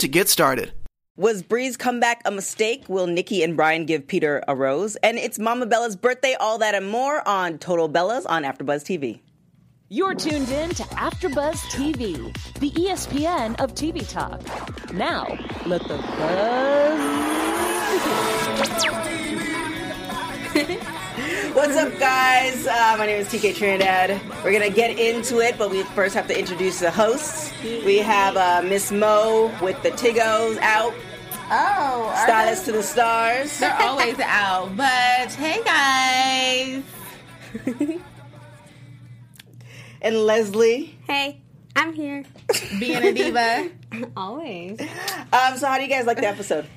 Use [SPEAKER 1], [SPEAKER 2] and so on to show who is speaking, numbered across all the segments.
[SPEAKER 1] to get started.
[SPEAKER 2] Was Bree's comeback a mistake? Will Nikki and Brian give Peter a rose? And it's Mama Bella's birthday, all that and more on Total Bellas on AfterBuzz TV.
[SPEAKER 3] You're tuned in to AfterBuzz TV, the E ESPN of TV talk. Now, let the buzz begin.
[SPEAKER 2] What's up, guys? Uh, my name is TK Trinidad. We're gonna get into it, but we first have to introduce the hosts. We have uh, Miss Mo with the Tigos out.
[SPEAKER 4] Oh, are
[SPEAKER 2] Stylist
[SPEAKER 4] they-
[SPEAKER 2] to the stars.
[SPEAKER 4] They're always out, but hey guys.
[SPEAKER 2] and Leslie.
[SPEAKER 5] Hey, I'm here.
[SPEAKER 4] Being a diva.
[SPEAKER 5] Always.
[SPEAKER 2] Um, so how do you guys like the episode?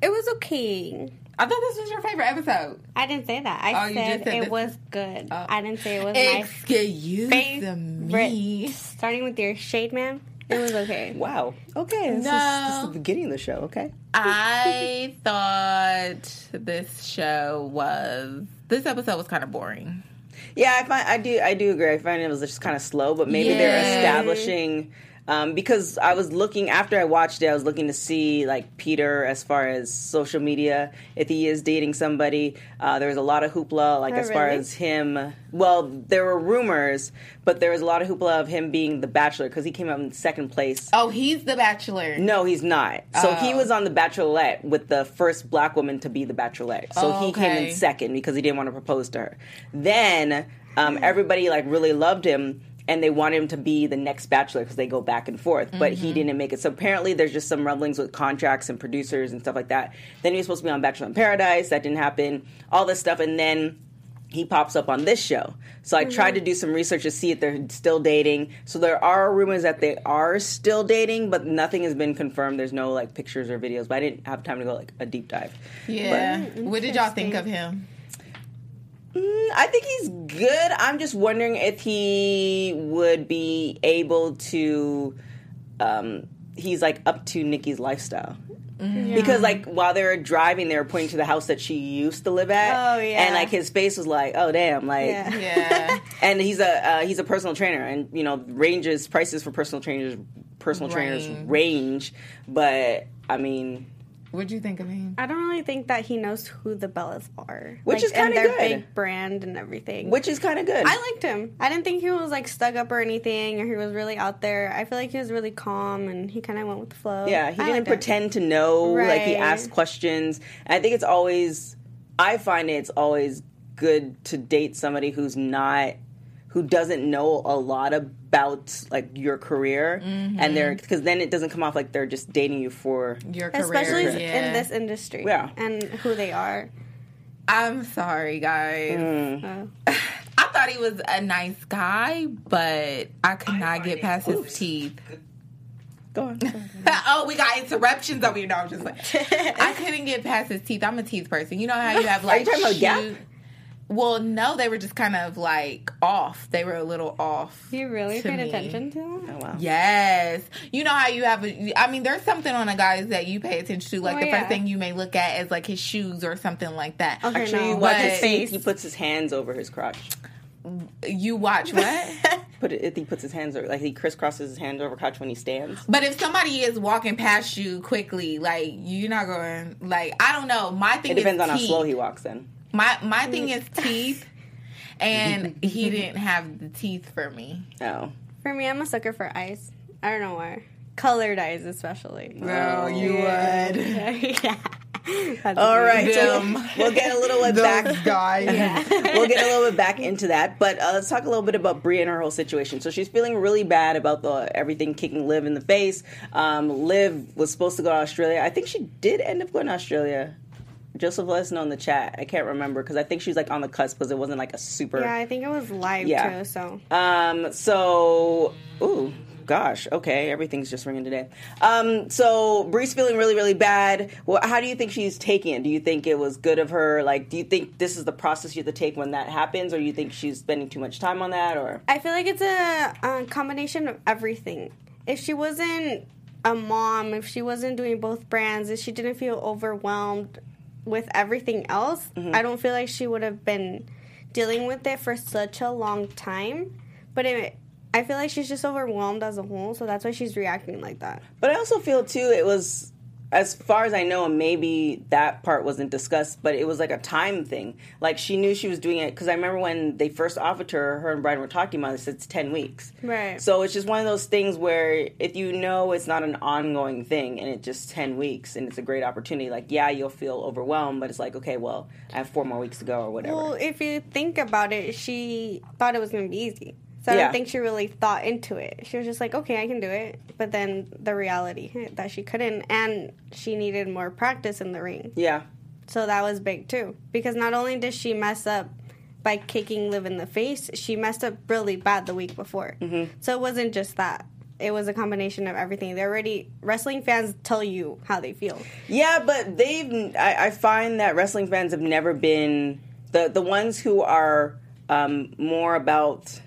[SPEAKER 5] It was okay.
[SPEAKER 4] I thought this was your favorite episode.
[SPEAKER 5] I didn't say that.
[SPEAKER 4] Oh,
[SPEAKER 5] I
[SPEAKER 4] you
[SPEAKER 5] said,
[SPEAKER 4] just said
[SPEAKER 5] it
[SPEAKER 4] that-
[SPEAKER 5] was good.
[SPEAKER 4] Oh.
[SPEAKER 5] I didn't say it was
[SPEAKER 4] Excuse
[SPEAKER 5] my
[SPEAKER 4] me.
[SPEAKER 5] favorite. Starting with your shade, ma'am. It was okay.
[SPEAKER 2] Wow. Okay. This, is, this is
[SPEAKER 4] No.
[SPEAKER 2] the beginning of the show. Okay.
[SPEAKER 4] I thought this show was this episode was kind of boring.
[SPEAKER 2] Yeah, I find I do I do agree. I find it was just kind of slow, but maybe they're
[SPEAKER 4] Yeah.
[SPEAKER 2] establishing um, because I was looking after I watched it. I was looking to see like Peter as far as social media if he is dating somebody. Uh, there was a lot of hoopla like
[SPEAKER 5] Oh,
[SPEAKER 2] as far
[SPEAKER 5] really?
[SPEAKER 2] as him. Well, there were rumors, but there was a lot of hoopla of him being the Bachelor because he came out in second place.
[SPEAKER 4] Oh, he's the bachelor.
[SPEAKER 2] No, he's not. So he
[SPEAKER 4] Oh.
[SPEAKER 2] was on The Bachelorette with the first black woman to be the Bachelorette. So
[SPEAKER 4] Oh,
[SPEAKER 2] he came
[SPEAKER 4] okay.
[SPEAKER 2] in second because he didn't want to propose to her. Then um, everybody like really loved him and they wanted him to be the next bachelor because they go back and forth but
[SPEAKER 4] Mm-hmm.
[SPEAKER 2] he didn't make it so apparently there's just some rumblings with contracts and producers and stuff like that then he was supposed to be on bachelor in paradise that didn't happen all this stuff and then he pops up on this show. So I tried
[SPEAKER 5] Mm-hmm.
[SPEAKER 2] to do some research to see if they're still dating. So there are rumors that they are still dating, but nothing has been confirmed. There's no like pictures or videos. But I didn't have time to go like a deep dive.
[SPEAKER 4] Yeah. What did y'all think of him?
[SPEAKER 2] Mm, I think he's good. I'm just wondering if he would be able to. Um, he's like up to Nikki's lifestyle.
[SPEAKER 5] Mm-hmm.
[SPEAKER 2] Because like while they were driving, they were pointing to the house that she used to live at.
[SPEAKER 5] Oh, yeah.
[SPEAKER 2] and like his face was like, "Oh damn!" Like,
[SPEAKER 5] Yeah.
[SPEAKER 4] Yeah.
[SPEAKER 2] and he's a uh, he's a personal trainer, and you know ranges prices for personal trainers personal trainers
[SPEAKER 4] Range.
[SPEAKER 2] range, but I mean,
[SPEAKER 4] What'd you think of him?
[SPEAKER 5] I don't really think that he knows who the Bellas are.
[SPEAKER 2] Which is kinda
[SPEAKER 5] and their
[SPEAKER 2] good.
[SPEAKER 5] big brand and everything.
[SPEAKER 2] which is kind of good.
[SPEAKER 5] I liked him. I didn't think he was like stuck up or anything, or he was really out there. I feel like he was really calm and he kind of went with the flow.
[SPEAKER 2] yeah, he
[SPEAKER 5] I
[SPEAKER 2] didn't
[SPEAKER 5] liked him.
[SPEAKER 2] pretend to know. Like he
[SPEAKER 5] Right.
[SPEAKER 2] asked questions. And I think it's always, I find it's always good to date somebody who's not who doesn't know a lot about like your career and they're because then it doesn't come off like they're just dating you for
[SPEAKER 4] Your career.
[SPEAKER 5] especially
[SPEAKER 4] yeah.
[SPEAKER 5] in this industry.
[SPEAKER 2] Yeah.
[SPEAKER 5] and who they are.
[SPEAKER 4] I'm sorry, guys.
[SPEAKER 5] Uh,
[SPEAKER 4] I thought he was a nice guy, but I could not get past his teeth.
[SPEAKER 2] go on.
[SPEAKER 4] oh, we got interruptions over here. No, I'm just like, I couldn't get past his teeth. I'm a teeth person. You know how you have
[SPEAKER 2] you
[SPEAKER 4] like,
[SPEAKER 2] talking about gap?
[SPEAKER 4] shoe- Well, no, they were just kind of like off. They were a little off.
[SPEAKER 5] you really
[SPEAKER 4] To
[SPEAKER 5] paid
[SPEAKER 4] me.
[SPEAKER 5] attention to that?
[SPEAKER 4] Yes, you know how you have. A, I mean, there's something on a guy's that you pay attention to. Like
[SPEAKER 5] Oh,
[SPEAKER 4] the
[SPEAKER 5] yeah.
[SPEAKER 4] first thing you may look at is like his shoes or something like that.
[SPEAKER 5] Okay,
[SPEAKER 2] Actually,
[SPEAKER 5] no.
[SPEAKER 2] you watch
[SPEAKER 4] But-
[SPEAKER 2] his face. He puts his hands over his crotch.
[SPEAKER 4] You watch what?
[SPEAKER 2] Put it, he puts his hands over, like he crisscrosses his hands over crotch when he stands.
[SPEAKER 4] But if somebody is walking past you quickly, like you're not going, like I don't know. My thing
[SPEAKER 2] It depends
[SPEAKER 4] is
[SPEAKER 2] on how
[SPEAKER 4] teeth.
[SPEAKER 2] slow he walks in.
[SPEAKER 4] My my thing is teeth, and he didn't have the teeth for me.
[SPEAKER 2] Oh,
[SPEAKER 5] For me, I'm a sucker for eyes. I don't know why. Colored eyes, especially.
[SPEAKER 4] Girl, Oh, you would.
[SPEAKER 5] yeah. That's
[SPEAKER 2] all
[SPEAKER 5] me.
[SPEAKER 2] right. So
[SPEAKER 4] Them.
[SPEAKER 2] we'll get a little bit back.
[SPEAKER 4] guys.
[SPEAKER 2] we'll get a little bit back into that. But uh, let's talk a little bit about Brie and her whole situation. So she's feeling really bad about the everything kicking Liv in the face. Um, Liv was supposed to go to Australia. I think she did end up going to Australia. Joseph, let us know in the chat. I can't remember because I think she was like on the cusp because it wasn't like a super.
[SPEAKER 5] Yeah, I think it was live
[SPEAKER 2] Yeah.
[SPEAKER 5] too. So
[SPEAKER 2] Um, so, ooh, gosh, okay, everything's just ringing today. Um, so Bree's feeling really, really bad. Well, how do you think she's taking it? Do you think it was good of her? Like, do you think this is the process you have to take when that happens, or you think she's spending too much time on that? Or
[SPEAKER 5] I feel like it's a, uh combination of everything. If she wasn't a mom, if she wasn't doing both brands, if she didn't feel overwhelmed with everything else, I don't feel like she would have been dealing with it for such a long time. But it, I feel like she's just overwhelmed as a whole, so that's why she's reacting like that.
[SPEAKER 2] But I also feel too it was as far as I know, and maybe that part wasn't discussed, but it was like a time thing. Like she knew she was doing it because I remember when they first offered her, her and Brian were talking about this. It's ten weeks,
[SPEAKER 5] Right.
[SPEAKER 2] So it's just one of those things where if you know it's not an ongoing thing and it's just ten weeks and it's a great opportunity, like yeah, you'll feel overwhelmed, but it's like okay, well, I have four more weeks to go or whatever.
[SPEAKER 5] Well, if you think about it, she thought it was going to be easy. So I
[SPEAKER 2] Yeah.
[SPEAKER 5] don't think she really thought into it. She was just like, okay, I can do it. But then the reality hit that she couldn't, and she needed more practice in the ring.
[SPEAKER 2] yeah,
[SPEAKER 5] So that was big too. Because not only did she mess up by kicking Liv in the face, she messed up really bad the week before.
[SPEAKER 2] Mm-hmm.
[SPEAKER 5] So it wasn't just that. It was a combination of everything. They already wrestling fans tell you how they feel.
[SPEAKER 2] Yeah, but they've. I, I find that wrestling fans have never been the the ones who are um, more about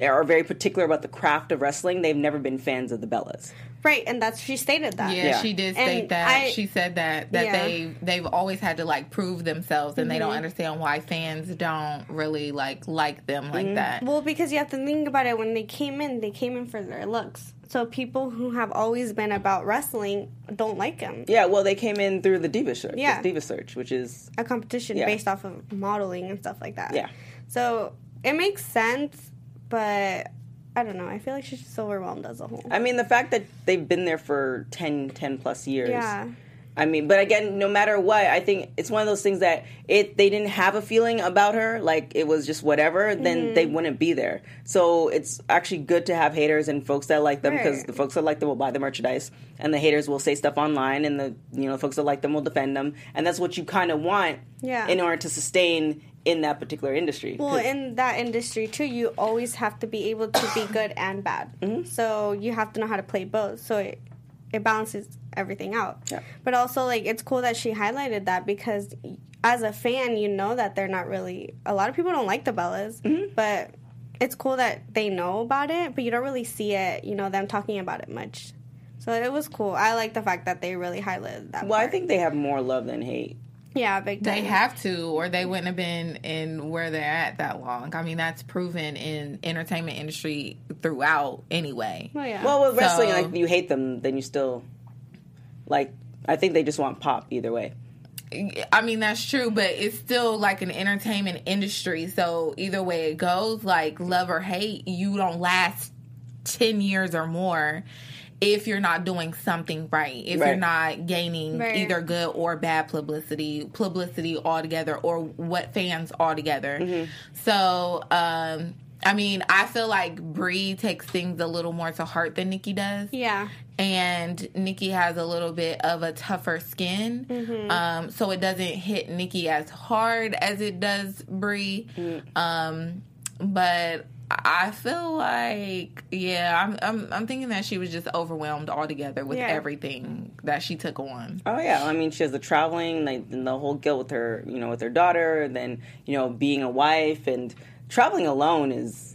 [SPEAKER 2] are very particular about the craft of wrestling. They've never been fans of the Bellas.
[SPEAKER 5] Right, and that's she stated that.
[SPEAKER 4] Yeah,
[SPEAKER 2] Yeah.
[SPEAKER 4] she did state
[SPEAKER 5] And
[SPEAKER 4] that.
[SPEAKER 5] I-
[SPEAKER 4] she said that that
[SPEAKER 5] Yeah.
[SPEAKER 4] they they've always had to like prove themselves, and they
[SPEAKER 2] Mm-hmm.
[SPEAKER 4] don't understand why fans don't really like like them like
[SPEAKER 2] Mm-hmm.
[SPEAKER 4] that.
[SPEAKER 5] Well, because you have to think about it. When they came in, they came in for their looks. So people who have always been about wrestling don't like them.
[SPEAKER 2] Yeah, well, they came in through the Diva Search.
[SPEAKER 5] Yeah.
[SPEAKER 2] Diva Search, which is
[SPEAKER 5] A competition
[SPEAKER 2] Yeah.
[SPEAKER 5] based off of modeling and stuff like that.
[SPEAKER 2] Yeah.
[SPEAKER 5] So it makes sense, but I don't know. I feel like she's just overwhelmed as a whole.
[SPEAKER 2] I mean, the fact that they've been there for 10, 10 plus years.
[SPEAKER 5] Yeah.
[SPEAKER 2] I mean, but again, no matter what, I think it's one of those things that if they didn't have a feeling about her, like it was just whatever, then
[SPEAKER 5] Mm-hmm.
[SPEAKER 2] they wouldn't be there. So it's actually good to have haters and folks that like them because
[SPEAKER 5] Right.
[SPEAKER 2] the folks that like them will buy the merchandise, and the haters will say stuff online, and the you know folks that like them will defend them, and that's what you kind of want
[SPEAKER 5] Yeah.
[SPEAKER 2] in order to sustain in that particular industry.
[SPEAKER 5] Well,
[SPEAKER 2] 'Cause-
[SPEAKER 5] in that industry too, you always have to be able to be good and bad.
[SPEAKER 2] Mm-hmm.
[SPEAKER 5] So you have to know how to play both. So it it balances everything out.
[SPEAKER 2] Yeah.
[SPEAKER 5] But also, like, it's cool that she highlighted that because as a fan, you know that they're not really. A lot of people don't like the Bellas,
[SPEAKER 2] Mm-hmm.
[SPEAKER 5] but it's cool that they know about it. But you don't really see it. You know them talking about it much. So it was cool. I like the fact that they really highlighted that.
[SPEAKER 2] well, I
[SPEAKER 5] part.
[SPEAKER 2] think they have more love than hate.
[SPEAKER 5] yeah, big.
[SPEAKER 4] They
[SPEAKER 5] time.
[SPEAKER 4] have to, or they wouldn't have been in where they're at that long. I mean, that's proven in entertainment industry throughout anyway.
[SPEAKER 5] Oh, yeah.
[SPEAKER 2] Well, with wrestling,
[SPEAKER 4] So-
[SPEAKER 2] like you hate them, then you still like. I think they just want pop either way.
[SPEAKER 4] I mean, that's true, but it's still like an entertainment industry. So either way it goes, like love or hate, you don't last 10 years or more if you're not doing something right. If
[SPEAKER 2] Right.
[SPEAKER 4] you're not gaining
[SPEAKER 5] Right.
[SPEAKER 4] either good or bad publicity, publicity altogether or what fans altogether. So, um, I mean, I feel like Bree takes things a little more to heart than Nikki does
[SPEAKER 5] Yeah.
[SPEAKER 4] and Nikki has a little bit of a tougher skin, um, so it doesn't hit Nikki as hard as it does Bree. Um, but I feel like, yeah, I'm, I'm I'm thinking that she was just overwhelmed altogether with
[SPEAKER 5] Yeah.
[SPEAKER 4] everything that she took on.
[SPEAKER 2] Oh yeah, I mean she has the traveling, like and the whole guilt with her, you know, with her daughter, and then you know being a wife and traveling alone is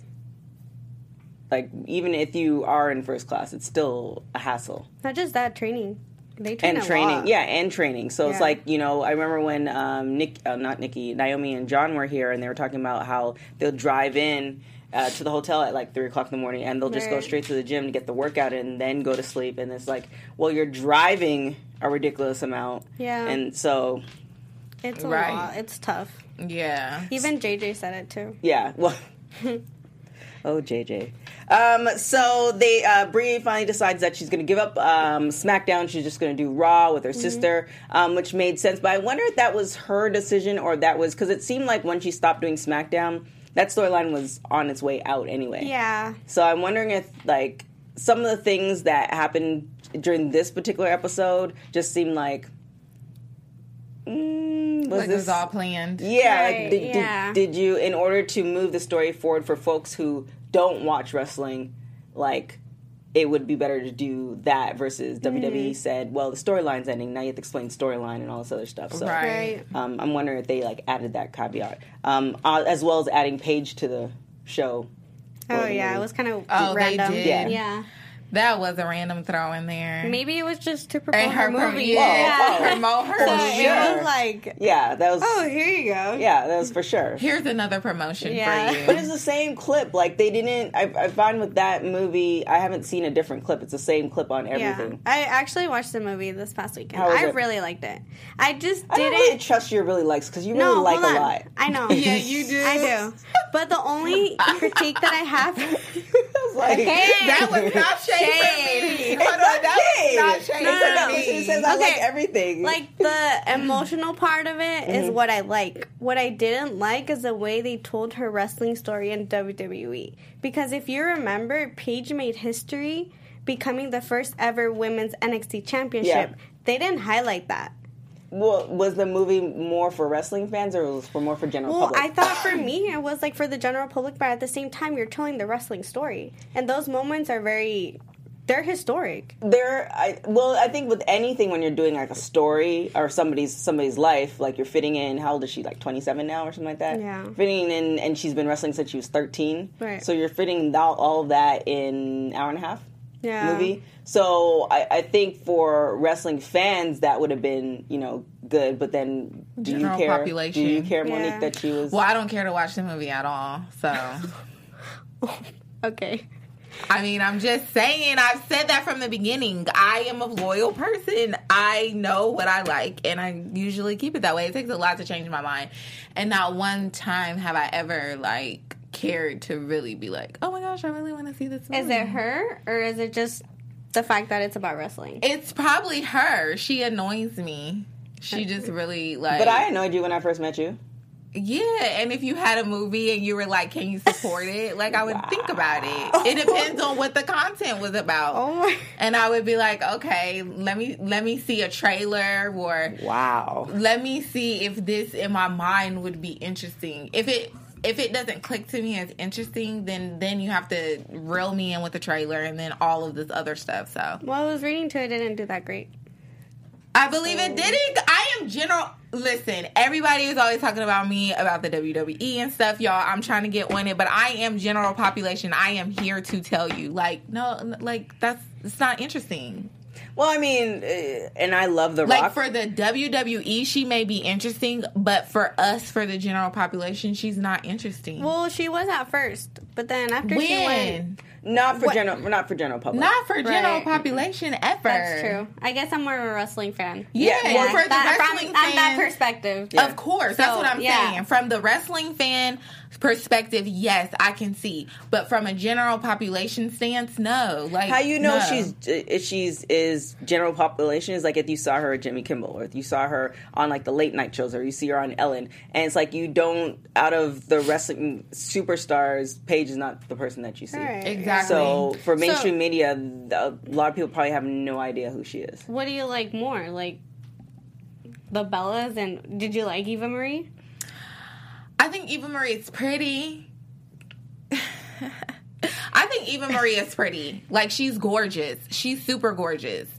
[SPEAKER 2] like even if you are in first class, it's still a hassle.
[SPEAKER 5] Not just that training. They train
[SPEAKER 2] and
[SPEAKER 5] a
[SPEAKER 2] training.
[SPEAKER 5] lot.
[SPEAKER 2] Yeah, and training. So it's
[SPEAKER 5] Yeah.
[SPEAKER 2] like you know, I remember when um, Nick, uh, not Nikki, Naomi and John were here, and they were talking about how they'll drive in. Uh, to the hotel at like three o'clock in the morning, and they'll just go
[SPEAKER 5] Right.
[SPEAKER 2] straight to the gym to get the workout in, and then go to sleep. And it's like, well, you're driving a ridiculous amount,
[SPEAKER 5] Yeah.
[SPEAKER 2] And so,
[SPEAKER 5] It's a
[SPEAKER 4] Right.
[SPEAKER 5] lot. It's tough.
[SPEAKER 4] Yeah,
[SPEAKER 5] Even JJ said it too.
[SPEAKER 2] yeah, well, oh JJ. Um, so they uh, Brie finally decides that she's going to give up um, SmackDown. She's just going to do Raw with her
[SPEAKER 4] Mm-hmm.
[SPEAKER 2] sister, um, which made sense. But I wonder if that was her decision or that was because it seemed like when she stopped doing SmackDown, that storyline was on its way out anyway.
[SPEAKER 5] Yeah.
[SPEAKER 2] So I'm wondering if like some of the things that happened during this particular episode just seemed like. Mm, was
[SPEAKER 4] like it
[SPEAKER 2] this
[SPEAKER 4] was all planned.
[SPEAKER 2] Yeah, like
[SPEAKER 5] Right,
[SPEAKER 2] did,
[SPEAKER 5] yeah.
[SPEAKER 2] Did, did you in order to move the story forward for folks who don't watch wrestling, like it would be better to do that versus
[SPEAKER 5] Mm-hmm.
[SPEAKER 2] WWE said, well, the storyline's ending. Now you have to explain storyline and all this other stuff. So
[SPEAKER 4] Right.
[SPEAKER 2] um, I'm wondering if they like added that caveat, um, uh, as well as adding Paige to the show.
[SPEAKER 5] Oh yeah, it was kind of
[SPEAKER 4] Oh, they
[SPEAKER 5] random.
[SPEAKER 4] did.
[SPEAKER 5] Yeah.
[SPEAKER 4] Yeah. That was a random throw in there.
[SPEAKER 5] Maybe it was just to promote
[SPEAKER 4] And
[SPEAKER 5] her,
[SPEAKER 4] her, pro-
[SPEAKER 5] movie.
[SPEAKER 4] yeah,
[SPEAKER 2] Whoa, whoa.
[SPEAKER 4] promote her.
[SPEAKER 5] So
[SPEAKER 4] movie.
[SPEAKER 5] it
[SPEAKER 2] Sure.
[SPEAKER 5] was like,
[SPEAKER 2] Yeah, that was.
[SPEAKER 5] oh, here you go.
[SPEAKER 2] Yeah, that was for sure.
[SPEAKER 4] Here's another promotion
[SPEAKER 5] Yeah.
[SPEAKER 4] for
[SPEAKER 2] But
[SPEAKER 4] you.
[SPEAKER 2] it's the same clip. Like they didn't. I, I find with that movie, I haven't seen a different clip. It's the same clip on
[SPEAKER 5] Yeah,
[SPEAKER 2] everything.
[SPEAKER 5] I actually watched the movie this past weekend.
[SPEAKER 2] How was
[SPEAKER 5] I
[SPEAKER 2] it?
[SPEAKER 5] really liked it. I just
[SPEAKER 2] I don't
[SPEAKER 5] didn't.
[SPEAKER 2] really trust your really likes because you really
[SPEAKER 5] no,
[SPEAKER 2] like
[SPEAKER 5] hold
[SPEAKER 2] a
[SPEAKER 5] on.
[SPEAKER 2] lot.
[SPEAKER 5] I know.
[SPEAKER 4] yeah, you do.
[SPEAKER 5] I do. But the only critique that I have,
[SPEAKER 2] It's like,
[SPEAKER 4] That was not shade for me. Hold on,
[SPEAKER 2] not
[SPEAKER 4] that
[SPEAKER 2] shade.
[SPEAKER 4] was not shade
[SPEAKER 2] It's like,
[SPEAKER 5] no,
[SPEAKER 4] for
[SPEAKER 5] no.
[SPEAKER 4] me.
[SPEAKER 2] it says I like
[SPEAKER 5] Okay.
[SPEAKER 2] everything. Mm-hmm.
[SPEAKER 5] like the emotional part of it, is what I like. What I didn't like is the way they told her wrestling story in WWE. Because if you remember, Paige made history becoming the first ever women's NXT championship.
[SPEAKER 2] Yeah.
[SPEAKER 5] They didn't highlight that.
[SPEAKER 2] well, was the movie more for wrestling fans or was it for more for general
[SPEAKER 5] Well,
[SPEAKER 2] public?
[SPEAKER 5] I thought for me it was like for the general public, but at the same time, you're telling the wrestling story, and those moments are very. They're historic.
[SPEAKER 2] there I well I think with anything when you're doing like a story or somebody's somebody's life like you're fitting in how old is she like 27 now or something like that
[SPEAKER 5] Yeah.
[SPEAKER 2] fitting in and she's been wrestling since she was 13
[SPEAKER 5] Right.
[SPEAKER 2] so you're fitting out all of that in an hour and a half
[SPEAKER 5] Yeah.
[SPEAKER 2] movie so I, I think for wrestling fans that would have been you know good but then do
[SPEAKER 4] General
[SPEAKER 2] you care
[SPEAKER 4] population.
[SPEAKER 2] do you care Monique
[SPEAKER 5] Yeah.
[SPEAKER 2] that she was
[SPEAKER 4] Well, I don't care to watch the movie at all. So,
[SPEAKER 5] Okay.
[SPEAKER 4] I mean, I'm just saying, I've said that from the beginning. I am a loyal person. I know what I like, and I usually keep it that way. It takes a lot to change my mind. And not one time have I ever, like, cared to really be like, oh my gosh, I really want to see this movie.
[SPEAKER 5] Is it her or is it just the fact that it's about wrestling?
[SPEAKER 4] It's probably her. She annoys me. She just really, like.
[SPEAKER 2] but I annoyed you when I first met you
[SPEAKER 4] Yeah, and if you had a movie and you were like, "Can you support it?" Like I would think about it. It depends on what the content was about.
[SPEAKER 5] Oh my-
[SPEAKER 4] And I would be like, "Okay, let me let me see a trailer or
[SPEAKER 2] wow
[SPEAKER 4] let me see if this in my mind would be interesting. If it if it doesn't click to me as interesting, then then you have to reel me in with the trailer and then all of this other stuff." So
[SPEAKER 5] Well, I was reading to it, didn't do that great.
[SPEAKER 4] I believe it didn't. I am general. Listen, everybody is always talking about me about the WWE and stuff, y'all. I'm trying to get on it, but I am general population. I am here to tell you, like, no, n- like that's it's not interesting.
[SPEAKER 2] well I mean eh, and I love the
[SPEAKER 4] Like
[SPEAKER 2] rock
[SPEAKER 4] for the WWE, she may be interesting, but for us, for the general population, she's not interesting.
[SPEAKER 5] Well, she was at first, but then after she went,
[SPEAKER 4] when
[SPEAKER 2] not for
[SPEAKER 5] What-
[SPEAKER 2] general not for general public
[SPEAKER 4] not for general
[SPEAKER 5] Right.
[SPEAKER 4] population ever.
[SPEAKER 5] that's true. I guess I'm more of a wrestling fan.
[SPEAKER 4] Yeah,
[SPEAKER 2] Yeah,
[SPEAKER 4] for the
[SPEAKER 5] That-
[SPEAKER 4] wrestling
[SPEAKER 5] from, on that
[SPEAKER 4] fans-
[SPEAKER 5] perspective.
[SPEAKER 4] Of course, that's
[SPEAKER 5] So,
[SPEAKER 4] what I'm
[SPEAKER 5] yeah.
[SPEAKER 4] saying. From the wrestling fan perspective, yes, I can see. But from a general population stance, no. Like
[SPEAKER 2] How you know
[SPEAKER 4] no.
[SPEAKER 2] she's if she's is general population is like if you saw her at Jimmy Kimmel or if you saw her on like the late night shows or you see her on Ellen and it's like you don't out of the wrestling superstars Paige is not the person that you see.
[SPEAKER 5] Right.
[SPEAKER 4] exactly
[SPEAKER 2] So for mainstream
[SPEAKER 5] So-
[SPEAKER 2] media, a lot of people probably have no idea who she is.
[SPEAKER 5] What do you like more, like the Bellas, and did you like Eva Marie?
[SPEAKER 4] I think Eva Marie is pretty. I think Eva Marie is pretty. Like she's gorgeous. She's super gorgeous.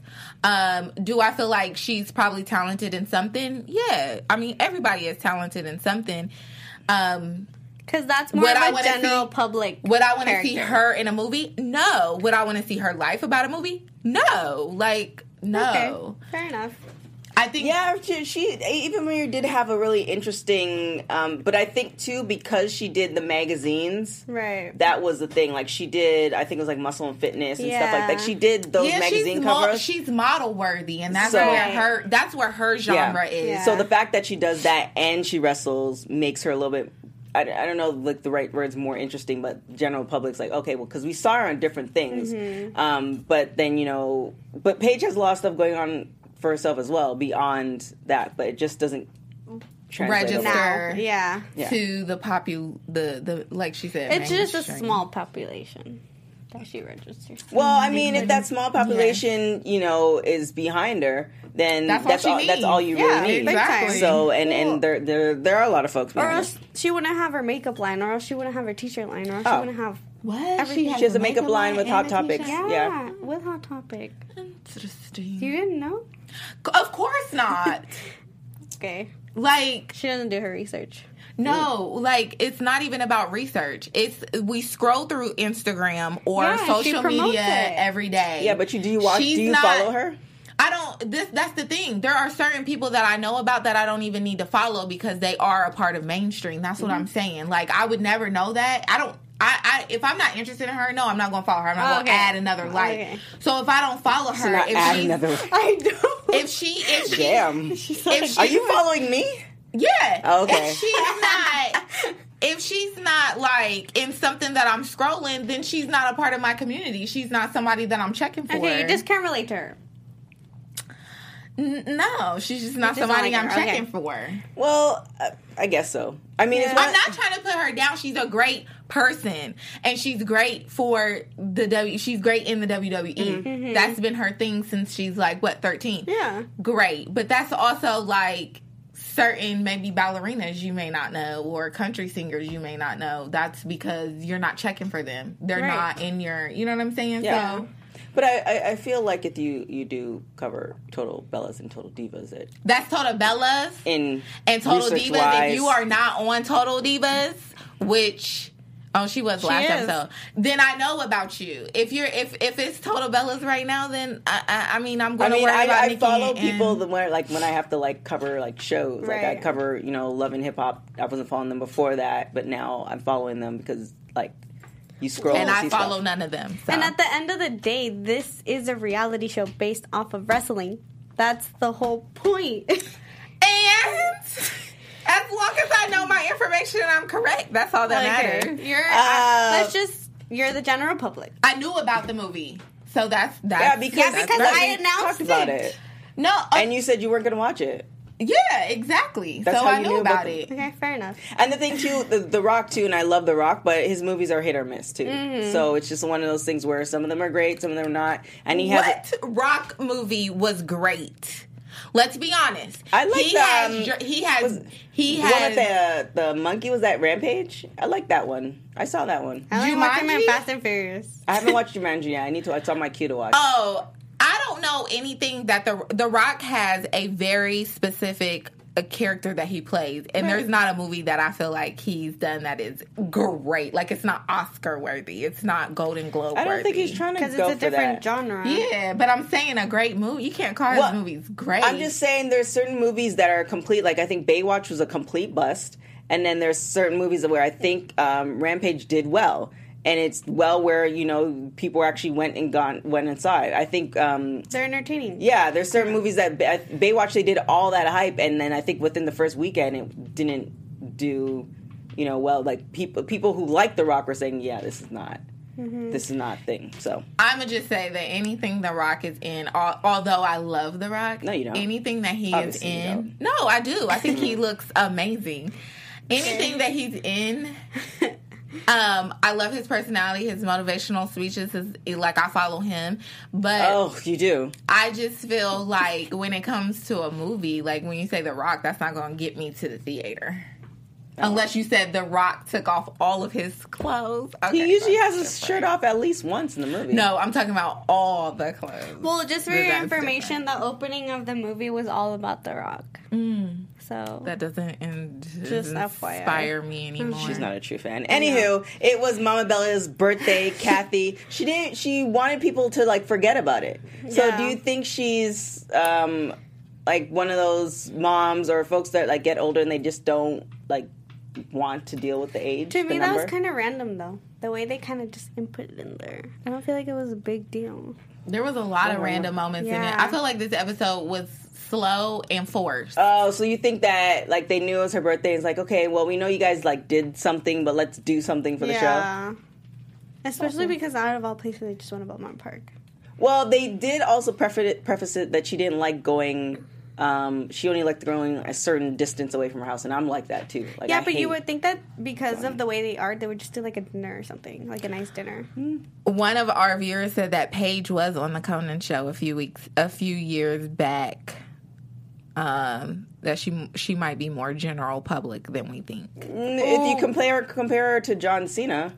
[SPEAKER 4] Um, do I feel like she's probably talented in something? Yeah. I mean, everybody is talented in something. Um,
[SPEAKER 5] Because that's more
[SPEAKER 4] Would I
[SPEAKER 5] of a
[SPEAKER 4] wanna
[SPEAKER 5] general
[SPEAKER 4] see-
[SPEAKER 5] public.
[SPEAKER 4] Would I want to see
[SPEAKER 5] character.
[SPEAKER 4] her in a movie? No. Would I want to see her life about a movie? No. Like no.
[SPEAKER 5] Okay, fair enough.
[SPEAKER 4] I think
[SPEAKER 2] Yeah, she, she even Maria did have a really interesting, um, but I think too because she did the magazines,
[SPEAKER 5] Right.
[SPEAKER 2] That was the thing. Like she did, I think it was like Muscle and Fitness and stuff like
[SPEAKER 5] Yeah.
[SPEAKER 2] that. She did those
[SPEAKER 4] Yeah,
[SPEAKER 2] magazine
[SPEAKER 4] she's, mo-
[SPEAKER 2] covers.
[SPEAKER 4] she's model worthy, and that's
[SPEAKER 2] So-
[SPEAKER 4] where her that's where her genre is.
[SPEAKER 5] Yeah.
[SPEAKER 2] So the fact that she does that and she wrestles makes her a little bit. I, I don't know, like the right words more interesting, but general public's like okay, well, because we saw her on different things,
[SPEAKER 5] Mm-hmm.
[SPEAKER 2] um, but then you know, but Paige has a lot of stuff going on for herself as well beyond that, but it just doesn't translate.
[SPEAKER 4] Mm. Register.
[SPEAKER 2] over.
[SPEAKER 5] Now, yeah.
[SPEAKER 4] To the popu, the the like she said,
[SPEAKER 5] It's just a
[SPEAKER 4] mainstream.
[SPEAKER 5] small population that she registers.
[SPEAKER 2] Well, I mean, if that small population, you know, is behind her, then
[SPEAKER 4] That's
[SPEAKER 2] that's
[SPEAKER 4] all she
[SPEAKER 2] all, that's
[SPEAKER 4] needs.
[SPEAKER 2] all you
[SPEAKER 4] Yeah,
[SPEAKER 2] really need.
[SPEAKER 4] exactly.
[SPEAKER 2] So, and and there there there are a lot of folks.
[SPEAKER 5] or
[SPEAKER 2] behind her.
[SPEAKER 5] else she wouldn't have her makeup line, or else she wouldn't have her t-shirt line, or else she wouldn't have
[SPEAKER 4] What?
[SPEAKER 5] Everything.
[SPEAKER 2] She has a makeup line with Hot
[SPEAKER 4] and
[SPEAKER 2] Topics.
[SPEAKER 4] a
[SPEAKER 5] Yeah,
[SPEAKER 2] Yeah.
[SPEAKER 5] with Hot Topic.
[SPEAKER 4] Interesting.
[SPEAKER 5] You didn't know?
[SPEAKER 4] Of course not.
[SPEAKER 5] Okay.
[SPEAKER 4] like
[SPEAKER 5] She doesn't do her research.
[SPEAKER 4] no, like it's not even about research. It's we scroll through Instagram or
[SPEAKER 5] Yeah, she
[SPEAKER 4] social
[SPEAKER 5] promotes
[SPEAKER 4] media
[SPEAKER 5] it.
[SPEAKER 4] every day.
[SPEAKER 2] Yeah, but you do you watch?
[SPEAKER 4] She's
[SPEAKER 2] do you
[SPEAKER 4] not-
[SPEAKER 2] follow her?
[SPEAKER 4] I don't. This that's the thing. There are certain people that I know about that I don't even need to follow because they are a part of mainstream. That's
[SPEAKER 5] Mm-hmm.
[SPEAKER 4] what I'm saying. Like I would never know that. I don't. I, I if I'm not interested in her, no, I'm not going to follow her. I'm not going
[SPEAKER 5] Okay.
[SPEAKER 4] to add another like.
[SPEAKER 5] Okay.
[SPEAKER 4] So if I don't follow her,
[SPEAKER 2] Not
[SPEAKER 4] if
[SPEAKER 2] add
[SPEAKER 4] she,
[SPEAKER 2] another.
[SPEAKER 5] I do.
[SPEAKER 4] if she if she
[SPEAKER 2] Damn.
[SPEAKER 4] if she
[SPEAKER 2] Are you following me?
[SPEAKER 4] yeah.
[SPEAKER 2] Okay.
[SPEAKER 4] If she's not if she's not like in something that I'm scrolling, then she's not a part of my community. She's not somebody that I'm checking for.
[SPEAKER 5] Okay, you just can't relate to her.
[SPEAKER 4] N- no, she's just not
[SPEAKER 5] just
[SPEAKER 4] somebody
[SPEAKER 5] don't like
[SPEAKER 4] I'm
[SPEAKER 5] her.
[SPEAKER 4] checking
[SPEAKER 5] Okay.
[SPEAKER 4] for.
[SPEAKER 2] Well, uh, I guess so. I mean, it's
[SPEAKER 4] I'm not trying to put her down. She's a great person, and she's great for the W. She's great in the WWE. That's been her thing since she's like what 13.
[SPEAKER 5] Mm-hmm. Yeah.
[SPEAKER 4] great, but that's also like certain maybe ballerinas you may not know or country singers you may not know. That's because you're not checking for them. They're
[SPEAKER 5] Right.
[SPEAKER 4] not in your. You know what I'm saying?
[SPEAKER 2] Yeah.
[SPEAKER 4] So
[SPEAKER 2] But I, I, I feel like if you you do cover total bellas and total divas that
[SPEAKER 4] that's Total Bellas.
[SPEAKER 2] in
[SPEAKER 4] and Total
[SPEAKER 2] research
[SPEAKER 4] Divas.
[SPEAKER 2] wise-
[SPEAKER 4] If you are not on Total Divas, which oh she was last
[SPEAKER 5] is.
[SPEAKER 4] episode, then I know about you. If you're if if it's Total Bellas right now, then I I, I mean I'm
[SPEAKER 2] I
[SPEAKER 4] going to
[SPEAKER 2] mean,
[SPEAKER 4] worry
[SPEAKER 2] I,
[SPEAKER 4] about
[SPEAKER 2] I
[SPEAKER 4] Nikki
[SPEAKER 2] follow
[SPEAKER 4] and-
[SPEAKER 2] people the where like when I have to like cover like shows, like I
[SPEAKER 5] Right.
[SPEAKER 2] cover you know Love and Hip Hop. I wasn't following them before that, but now I'm following them because like you scroll and
[SPEAKER 4] and I
[SPEAKER 2] see
[SPEAKER 4] follow
[SPEAKER 2] stuff.
[SPEAKER 4] none of them. So.
[SPEAKER 5] And at the end of the day, this is a reality show based off of wrestling. That's the whole point.
[SPEAKER 4] And as long as I know my information and I'm correct, that's all that matters.
[SPEAKER 5] You're
[SPEAKER 2] Uh,
[SPEAKER 5] let's just you're the general public.
[SPEAKER 4] I knew about the movie. So that's that's
[SPEAKER 2] Yeah, because,
[SPEAKER 5] Yeah, because
[SPEAKER 2] that's-
[SPEAKER 5] I
[SPEAKER 2] we
[SPEAKER 5] announced
[SPEAKER 2] talked about
[SPEAKER 5] it.
[SPEAKER 2] it,
[SPEAKER 4] no, uh,
[SPEAKER 2] and you said you weren't going to watch it.
[SPEAKER 4] yeah, exactly. So
[SPEAKER 2] That's how
[SPEAKER 4] I
[SPEAKER 2] you
[SPEAKER 4] knew
[SPEAKER 2] knew about
[SPEAKER 4] about
[SPEAKER 2] the-
[SPEAKER 4] it.
[SPEAKER 5] Okay, fair enough.
[SPEAKER 2] And the thing too, the, the Rock too, and I love The Rock, but his movies are hit or miss too. So it's just one of those things where some of them are great, some of them are not, and he has.
[SPEAKER 4] What rock movie was great? Let's be honest.
[SPEAKER 2] I like
[SPEAKER 4] he
[SPEAKER 2] the,
[SPEAKER 4] has
[SPEAKER 2] um,
[SPEAKER 4] dr- he has
[SPEAKER 2] was-
[SPEAKER 4] he
[SPEAKER 2] The one
[SPEAKER 4] has
[SPEAKER 2] with the the monkey was that Rampage. I like that one. I saw that one.
[SPEAKER 5] I like watching my
[SPEAKER 4] Jumanji?
[SPEAKER 5] Fast and Furious.
[SPEAKER 2] I haven't watched Jumanji yet. I need to. It's on my queue to watch.
[SPEAKER 4] oh I don't know anything that the the Rock has a very specific a character that he plays and there's not a movie that I feel like he's done that is great like it's not Oscar worthy it's not Golden Globe
[SPEAKER 2] I don't think
[SPEAKER 4] worthy.
[SPEAKER 2] he's trying to
[SPEAKER 5] Because
[SPEAKER 2] go
[SPEAKER 5] it's a
[SPEAKER 2] for
[SPEAKER 5] different
[SPEAKER 2] that.
[SPEAKER 5] genre.
[SPEAKER 4] yeah but I'm saying a great movie you can't call
[SPEAKER 2] Well,
[SPEAKER 4] his movies great
[SPEAKER 2] I'm just saying there's certain movies that are complete. Like I think Baywatch was a complete bust, and then there's certain movies where I think um, Rampage did well, and it's well where you know people actually went and gone went inside. I think. Um,
[SPEAKER 5] They're entertaining.
[SPEAKER 2] yeah, there's certain movies that Bay- Baywatch they did all that hype, and then I think within the first weekend it didn't do, you know, well. Like people people who like The Rock were saying, yeah, this is not, this is not a thing. So
[SPEAKER 4] I'm gonna just say that anything The Rock is in, al- although I love The Rock,
[SPEAKER 2] No, you don't.
[SPEAKER 4] Anything that he
[SPEAKER 2] Obviously you
[SPEAKER 4] is in,
[SPEAKER 2] don't.
[SPEAKER 4] no, I do. I think he looks amazing. Anything that he's in, um, I love his personality, his motivational speeches. His, like I follow him, but
[SPEAKER 2] oh, you do.
[SPEAKER 4] I just feel like when it comes to a movie, like when you say The Rock, that's not gonna get me to the theater.
[SPEAKER 2] Oh.
[SPEAKER 4] Unless you said The Rock took off all of his clothes. Okay,
[SPEAKER 2] He usually
[SPEAKER 4] that's
[SPEAKER 2] has his
[SPEAKER 4] different.
[SPEAKER 2] shirt off at least once in the movie.
[SPEAKER 4] No, I'm talking about all the clothes.
[SPEAKER 5] Well, just for
[SPEAKER 4] That's
[SPEAKER 5] your
[SPEAKER 4] different.
[SPEAKER 5] information, the opening of the movie was all about The Rock. Mm. So
[SPEAKER 4] That doesn't in-
[SPEAKER 5] Just FYI.
[SPEAKER 4] inspire me anymore.
[SPEAKER 2] She's not a true fan. Anywho, it was Mama Bella's birthday. Kathy, she didn't. She wanted people to like forget about it. So,
[SPEAKER 5] Yeah.
[SPEAKER 2] do you think she's um, like one of those moms or folks that like get older and they just don't like want to deal with the age?
[SPEAKER 5] to
[SPEAKER 2] the
[SPEAKER 5] me, that was
[SPEAKER 2] number?
[SPEAKER 5] kind of random though. The way they kind of just input it in there, I don't feel like it was a big deal.
[SPEAKER 4] There was a lot of random moments in it.
[SPEAKER 5] Oh, Yeah.
[SPEAKER 4] I feel like this episode was slow and forced.
[SPEAKER 2] Oh, so you think that like they knew it was her birthday? It's like okay, well we know you guys like did something, but let's do something for the show.
[SPEAKER 5] Especially because out of all places, they just went to Belmont Park.
[SPEAKER 2] Well, they did also preface it, preface it that she didn't like going. Um, she only liked going a certain distance away from her house, and I'm like that too. Like, I
[SPEAKER 5] Yeah, but
[SPEAKER 2] hate-
[SPEAKER 5] you would think that because of the way they are, they would just do like a dinner or something, like a nice dinner.
[SPEAKER 2] Mm.
[SPEAKER 4] One of our viewers said that Paige was on the Conan show a few weeks, a few years back. Um, that she she might be
[SPEAKER 2] Mm,
[SPEAKER 4] more general public than we think.
[SPEAKER 2] if you compare compare her to John Cena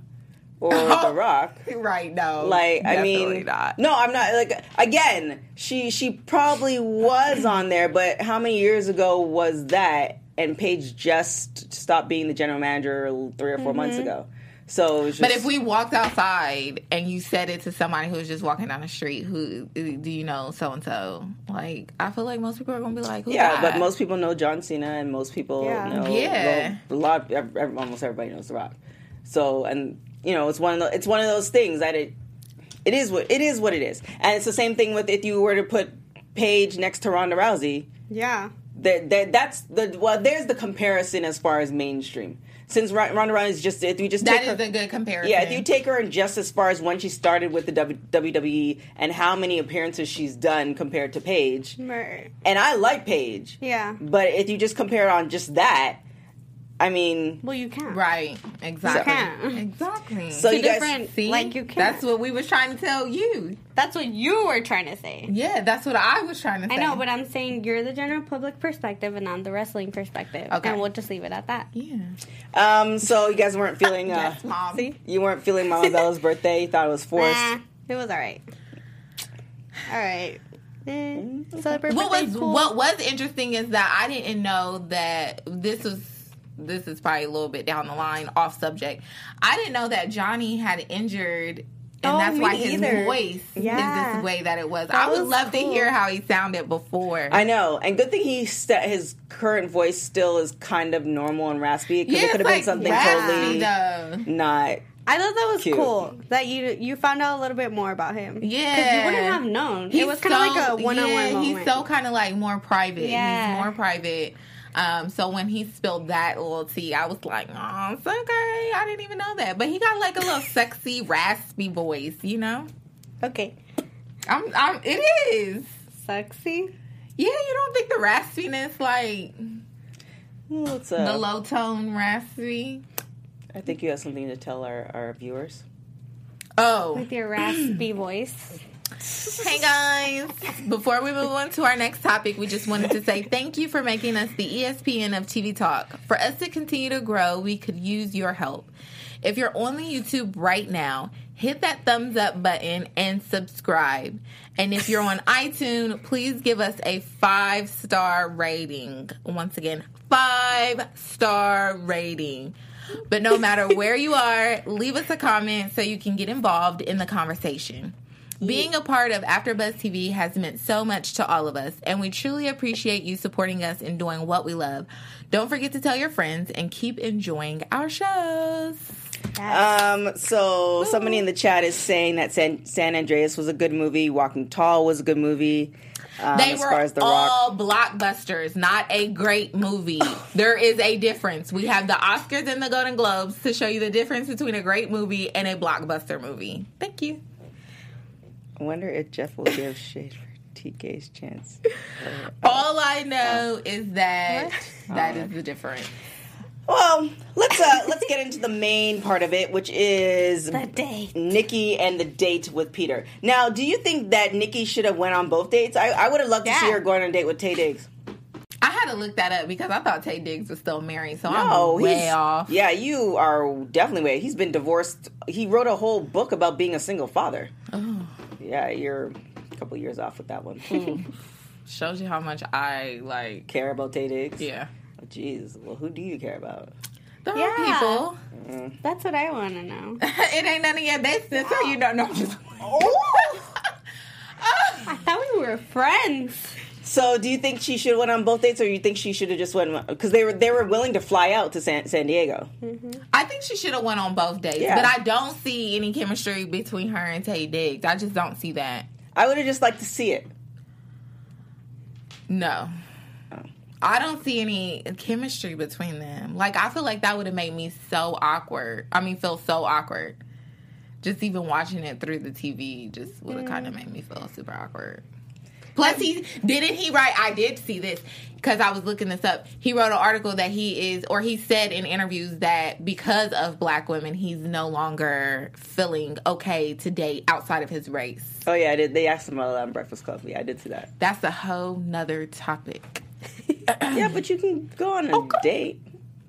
[SPEAKER 2] or The Rock.
[SPEAKER 4] Right? No.
[SPEAKER 2] Like I
[SPEAKER 4] definitely
[SPEAKER 2] mean,
[SPEAKER 4] not.
[SPEAKER 2] no, I'm not. Like again, she she probably was on there, but how many years ago was that? And Paige just stopped being the general manager three or 4 months ago. So, it was just,
[SPEAKER 4] But if we walked outside and you said it to somebody who was just walking down the street, who do you know so and so? Like, I feel like most people are gonna be like, who
[SPEAKER 2] yeah,
[SPEAKER 4] that?
[SPEAKER 2] but most people know John Cena, and most people
[SPEAKER 5] Yeah.
[SPEAKER 2] know
[SPEAKER 4] Yeah.
[SPEAKER 2] well, a lot. ev- ev- almost everybody knows The Rock. So, and you know, it's one of the, it's one of those things that it it is what it is what it is, and it's the same thing with if you were to put Paige next to Ronda Rousey.
[SPEAKER 5] Yeah.
[SPEAKER 2] that, that that's the well. There's the comparison as far as mainstream. Since Ron- Ronda Rousey is just if you just
[SPEAKER 4] that
[SPEAKER 2] take
[SPEAKER 4] is
[SPEAKER 2] her,
[SPEAKER 4] a good comparison.
[SPEAKER 2] yeah, if you take her in just as far as when she started with the W- WWE and how many appearances she's done compared to
[SPEAKER 4] Hmm.
[SPEAKER 2] Paige,
[SPEAKER 5] Mer-
[SPEAKER 2] and I like Paige,
[SPEAKER 5] Yeah.
[SPEAKER 2] but if you just compare it on just that, I mean,
[SPEAKER 5] Well, you can't.
[SPEAKER 4] right,
[SPEAKER 5] So-
[SPEAKER 4] exactly, exactly.
[SPEAKER 2] so
[SPEAKER 5] Two
[SPEAKER 2] you guys,
[SPEAKER 5] different-
[SPEAKER 4] See,
[SPEAKER 5] Like, you can't.
[SPEAKER 4] That's what we was trying to tell you.
[SPEAKER 5] That's what you were trying to say.
[SPEAKER 4] Yeah, that's what I was trying to say.
[SPEAKER 5] I know, but I'm saying you're the general public perspective and I'm the wrestling perspective.
[SPEAKER 4] Okay.
[SPEAKER 5] And we'll just leave it at that.
[SPEAKER 4] yeah,
[SPEAKER 2] um, so you guys weren't feeling, uh,
[SPEAKER 4] yes, mom.
[SPEAKER 2] you weren't feeling Mama Bella's birthday. You thought it was forced.
[SPEAKER 5] Nah, it was all right. All right. Eh, celebrate
[SPEAKER 4] what
[SPEAKER 5] birthday,
[SPEAKER 4] was
[SPEAKER 5] cool.
[SPEAKER 4] what was interesting is that I didn't know that this was this is probably a little bit down the line off subject. I didn't know that Johnny had injured and
[SPEAKER 5] Oh,
[SPEAKER 4] that's
[SPEAKER 5] me
[SPEAKER 4] why his
[SPEAKER 5] neither.
[SPEAKER 4] voice is
[SPEAKER 5] Yeah.
[SPEAKER 4] this way that it was. I
[SPEAKER 5] That
[SPEAKER 4] would
[SPEAKER 5] was
[SPEAKER 4] love to
[SPEAKER 5] cool.
[SPEAKER 4] hear how he sounded before.
[SPEAKER 2] I know, and good thing he st- his current voice still is kind of normal and raspy because it could have been something totally
[SPEAKER 4] totally.
[SPEAKER 2] not.
[SPEAKER 5] I thought that was
[SPEAKER 2] Cute.
[SPEAKER 5] cool that you you found out a little bit more about him. because
[SPEAKER 4] Yeah.
[SPEAKER 5] you wouldn't have known. it was kind of like a one on one moment.
[SPEAKER 4] He's so kind of like more private.
[SPEAKER 5] Yeah.
[SPEAKER 4] He's more private. Um, so when he spilled that little tea, I was like, "Oh, it's okay. I didn't even know that." But he got like a little sexy, raspy voice. You know,
[SPEAKER 5] okay,
[SPEAKER 4] I'm, I'm. It is.
[SPEAKER 5] sexy.
[SPEAKER 4] Yeah, you don't think the raspiness, like
[SPEAKER 2] Well, it's
[SPEAKER 4] the
[SPEAKER 2] uh,
[SPEAKER 4] low tone raspy.
[SPEAKER 2] I think you have something to tell our, our viewers.
[SPEAKER 4] Oh,
[SPEAKER 5] With your raspy voice.
[SPEAKER 4] Hey guys! Before we move on to our next topic, we just wanted to say thank you for making us the E ESPN of TV Talk. For us to continue to grow, we could use your help. If you're on the YouTube right now, hit that thumbs up button and subscribe. And if you're on iTunes, please give us a five star rating. Once again, five star rating. But no matter where you are, leave us a comment so you can get involved in the conversation. Being a part of AfterBuzz TV has meant so much to all of us, and we truly appreciate you supporting us and doing what we love. Don't forget to tell your friends and keep enjoying our shows.
[SPEAKER 5] Uh,
[SPEAKER 2] Um, so somebody in the chat is saying that San, San Andreas was a good movie, Walking Tall was a good movie. Um,
[SPEAKER 4] They
[SPEAKER 2] as
[SPEAKER 4] were
[SPEAKER 2] far as The Rock,
[SPEAKER 4] all blockbusters, not a great movie. there is a difference. We have the Oscars and the Golden Globes to show you the difference between a great movie and a blockbuster movie. Thank you.
[SPEAKER 2] I wonder if Jeff will give shade for TK's chance.
[SPEAKER 4] All I know is that that is the difference.
[SPEAKER 2] Well, let's uh, let's get into the main part of it, which is
[SPEAKER 5] The date.
[SPEAKER 2] Nikki and the date with Peter. Now, do you think that Nikki should have went on both dates? I, I would have loved to see
[SPEAKER 5] Yeah.
[SPEAKER 2] her going on a date with Tay Diggs.
[SPEAKER 4] I had to look that up because I thought Tay Diggs was still married, so
[SPEAKER 2] No,
[SPEAKER 4] I'm way
[SPEAKER 2] Oh, he's
[SPEAKER 4] off.
[SPEAKER 2] Yeah, you are definitely way. He's been divorced. He wrote a whole book about being a single father.
[SPEAKER 4] Oh.
[SPEAKER 2] Yeah, you're a couple years off with that one.
[SPEAKER 4] Hmm. Shows you how much I like.
[SPEAKER 2] care about Tay Diggs?
[SPEAKER 4] Yeah,
[SPEAKER 2] Oh, Jeez. Well, who do you care about?
[SPEAKER 4] there
[SPEAKER 5] Yeah.
[SPEAKER 4] are people.
[SPEAKER 5] That's what I want to know.
[SPEAKER 4] it ain't none of your business, so you don't know.
[SPEAKER 5] I thought we were friends.
[SPEAKER 2] So, do you think she should have went on both dates, or you think she should have just went? Because they were they were willing to fly out to San, San Diego.
[SPEAKER 5] Hmm.
[SPEAKER 4] I think she should have went on both dates,
[SPEAKER 2] Yeah.
[SPEAKER 4] but I don't see any chemistry between her and Tay Diggs. I just don't see that.
[SPEAKER 2] I would have just liked to see it.
[SPEAKER 4] No. I don't see any chemistry between them. Like I feel like that would have made me so awkward. I mean, feel so awkward. Just even watching it through the TV just would have kind of made me feel super awkward. Plus, he didn't he write? I did see this because I was looking this up. He wrote an article that he is, or he said in interviews that because of black women, he's no longer feeling okay to date outside of his race.
[SPEAKER 2] Oh yeah, I did. They asked him about that on Breakfast Club. Yeah, I did see that.
[SPEAKER 4] That's a whole nother topic.
[SPEAKER 2] Yeah, but you can go on a date.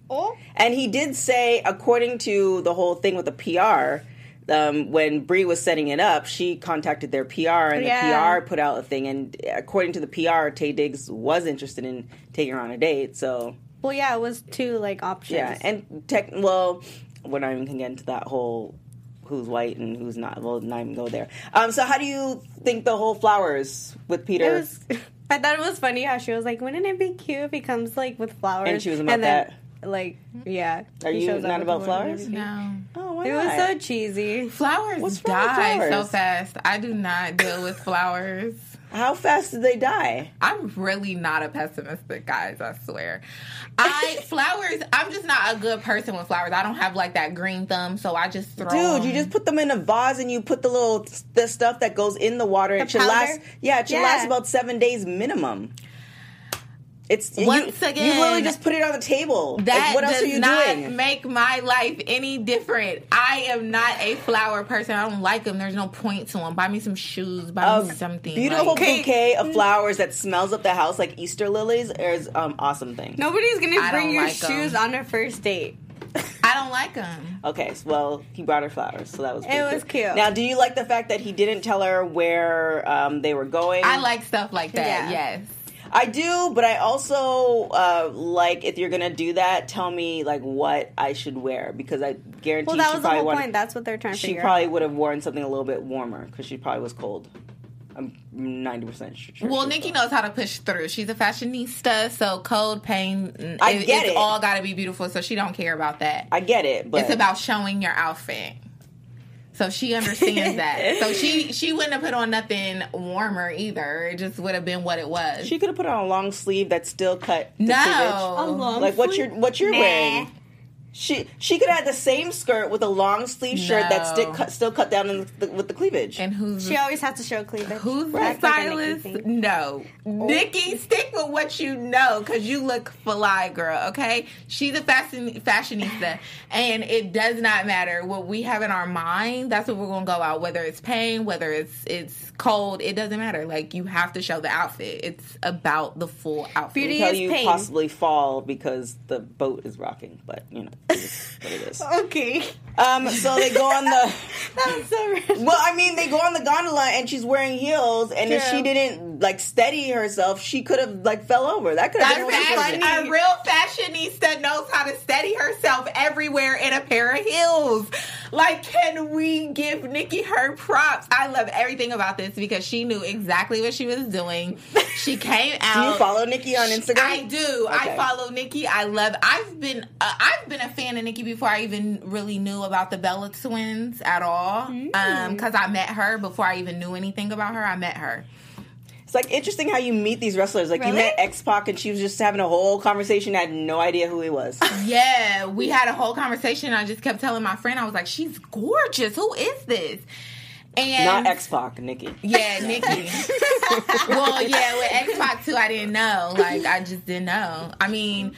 [SPEAKER 5] Oh,
[SPEAKER 2] And he did say, according to the whole thing with the PR, um, when Brie was setting it up, she contacted their PR, and
[SPEAKER 5] Yeah.
[SPEAKER 2] the PR put out a thing. And according to the PR, Tay Diggs was interested in taking her on a date. So
[SPEAKER 5] Well, yeah, it was two like options.
[SPEAKER 2] yeah, and tech. Well, we're not even gonna get into that whole who's white and who's not. We'll not even go there. Um, so how do you think the whole flowers with Peter?
[SPEAKER 5] it was. I thought it was funny how she was like, "Wouldn't it be cute if he comes like with flowers?"
[SPEAKER 2] And she was about
[SPEAKER 5] Like, yeah.
[SPEAKER 2] Are
[SPEAKER 5] he
[SPEAKER 2] you
[SPEAKER 5] shows up
[SPEAKER 2] not
[SPEAKER 5] with
[SPEAKER 2] about
[SPEAKER 5] one
[SPEAKER 2] flowers?
[SPEAKER 5] and everything.
[SPEAKER 4] No.
[SPEAKER 2] oh, why
[SPEAKER 5] It was
[SPEAKER 2] not?
[SPEAKER 5] so cheesy.
[SPEAKER 4] Flowers
[SPEAKER 2] What's wrong with
[SPEAKER 4] die so
[SPEAKER 2] flowers?
[SPEAKER 4] fast. I do not deal with flowers.
[SPEAKER 2] how fast did they die?
[SPEAKER 4] I'm really not a pessimistic, guys. I swear. I flowers. I'm just not a good person with flowers. I don't have like that green thumb, so I just throw.
[SPEAKER 2] Dude, you
[SPEAKER 4] 'em.
[SPEAKER 2] just put them in a vase and you put the little the stuff that goes in the water.
[SPEAKER 5] The
[SPEAKER 2] it should
[SPEAKER 5] powder?
[SPEAKER 2] last. Yeah, it should
[SPEAKER 5] Yeah.
[SPEAKER 2] last about seven days minimum. It's you-
[SPEAKER 4] Once again,
[SPEAKER 2] you literally just put it on the table. Like,
[SPEAKER 4] That
[SPEAKER 2] what
[SPEAKER 4] does
[SPEAKER 2] else are you
[SPEAKER 4] not
[SPEAKER 2] doing?
[SPEAKER 4] make my life any different. I am not a flower person. I don't like them. There's no point to them. Buy me some shoes. Buy
[SPEAKER 2] A
[SPEAKER 4] me something.
[SPEAKER 2] beautiful
[SPEAKER 4] like-
[SPEAKER 2] bouquet of flowers that smells up the house like Easter lilies is um awesome thing.
[SPEAKER 5] Nobody's gonna
[SPEAKER 4] I
[SPEAKER 5] bring
[SPEAKER 4] don't
[SPEAKER 5] your
[SPEAKER 4] like 'em.
[SPEAKER 5] shoes on a first date.
[SPEAKER 4] I don't like them.
[SPEAKER 2] Okay, so, well, he brought her flowers, so that was pretty
[SPEAKER 5] was cute.
[SPEAKER 2] Now, do you like the fact that he didn't tell her where um, they were going?
[SPEAKER 4] I like stuff like
[SPEAKER 5] Yeah.
[SPEAKER 4] that. Yes.
[SPEAKER 2] I do, but I also uh, like if you're gonna do that, tell me like what I should wear because I guarantee
[SPEAKER 5] Well,
[SPEAKER 2] she
[SPEAKER 5] that was the
[SPEAKER 2] probably
[SPEAKER 5] whole
[SPEAKER 2] wanted-
[SPEAKER 5] point. That's what they're trying to
[SPEAKER 2] she
[SPEAKER 5] figure
[SPEAKER 2] probably would have worn something a little bit warmer because she probably was cold. I'm ninety percent sure.
[SPEAKER 4] Well,
[SPEAKER 2] she was
[SPEAKER 4] Nikki
[SPEAKER 2] cold.
[SPEAKER 4] knows how to push through. She's a fashionista, so cold pain. mm,
[SPEAKER 2] I
[SPEAKER 4] it-
[SPEAKER 2] get
[SPEAKER 4] it's
[SPEAKER 2] it.
[SPEAKER 4] all got to be beautiful, so she don't care about that.
[SPEAKER 2] I get it, but
[SPEAKER 4] it's about showing your outfit. So she understands that. So she she wouldn't have put on nothing warmer either. It just would have been what it was.
[SPEAKER 2] she could have put on a long sleeve that's still cut. to cleavage.
[SPEAKER 4] no,
[SPEAKER 5] long-
[SPEAKER 2] like what you're what you're
[SPEAKER 5] Nah.
[SPEAKER 2] wearing. She she could have had the same skirt with a long sleeve shirt that's
[SPEAKER 4] No.
[SPEAKER 2] still cut, still cut down in the, with the cleavage.
[SPEAKER 4] and who's
[SPEAKER 5] She always has to show cleavage.
[SPEAKER 4] who's the
[SPEAKER 5] That's like a Nikki
[SPEAKER 4] stylist?
[SPEAKER 5] thing.
[SPEAKER 4] no, Nikki, stick with what you know because you look fly, girl. Okay, she's a fashion fashionista, and it does not matter what we have in our mind. That's what we're gonna go out. Whether it's pain, whether it's it's cold, it doesn't matter. Like you have to show the outfit. It's about the full outfit.
[SPEAKER 5] Beauty
[SPEAKER 2] until
[SPEAKER 5] is
[SPEAKER 2] you
[SPEAKER 5] pain.
[SPEAKER 2] possibly fall because the boat is rocking. But you know, it's what it is.
[SPEAKER 5] Okay,
[SPEAKER 2] Um, so they go on the.
[SPEAKER 5] that was so. rude.
[SPEAKER 2] Well, I mean, they go on the gondola and she's wearing heels, and if
[SPEAKER 5] True.
[SPEAKER 2] she didn't like steady herself, she could have like fell over. That could have been
[SPEAKER 4] A,
[SPEAKER 2] an
[SPEAKER 4] fashion,
[SPEAKER 2] accident.
[SPEAKER 4] a real fashionista knows how to steady herself everywhere in a pair of heels. Like, can we give Nikki her props? I love everything about this because she knew exactly what she was doing. She came
[SPEAKER 2] Do
[SPEAKER 4] out.
[SPEAKER 2] you follow Nikki on Instagram?
[SPEAKER 4] I do. I
[SPEAKER 2] Okay.
[SPEAKER 4] follow Nikki. I love. I've been. Uh, I've been a fan of Nikki before I even really knew about the Bella twins at all.
[SPEAKER 2] Hmm.
[SPEAKER 4] Um, because I met her before I even knew anything about her. I met her.
[SPEAKER 2] It's like interesting how you meet these wrestlers. Like you
[SPEAKER 5] Really?
[SPEAKER 2] met X Pac, and she was just having a whole conversation. I had no idea who he was.
[SPEAKER 4] Yeah, we had a whole conversation. I just kept telling my friend, I was like, "She's gorgeous. Who is this?" And
[SPEAKER 2] Not X Pac, Nikki.
[SPEAKER 4] yeah, Nikki. well, yeah, with Xbox too, I didn't know. Like, I just didn't know. I mean,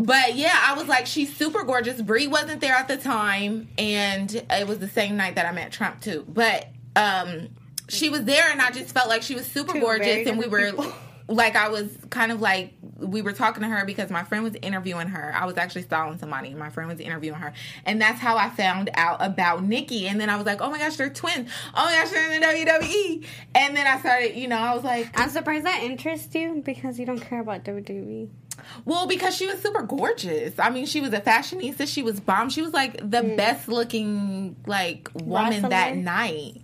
[SPEAKER 4] but yeah, I was like, she's super gorgeous. Brie wasn't there at the time, and it was the same night that I met Trump too. But um, she was there, and I just felt like she was super
[SPEAKER 5] Two very
[SPEAKER 4] gorgeous, and we
[SPEAKER 5] different
[SPEAKER 4] were.
[SPEAKER 5] people.
[SPEAKER 4] Like I was kind of like we were talking to her because my friend was interviewing her. I was actually styling somebody. My friend was interviewing her, and that's how I found out about Nikki. And then I was like, "Oh my gosh, they're twins! Oh my gosh, they're in the WWE!" And then I started, you know, I was like,
[SPEAKER 5] I'm surprised that interests you because you don't care about E. WWE.
[SPEAKER 4] Well, because she was super gorgeous. I mean, she was a fashionista. She was bomb. She was like the
[SPEAKER 5] Mm.
[SPEAKER 4] best looking like woman
[SPEAKER 5] Wrestler.
[SPEAKER 4] that night.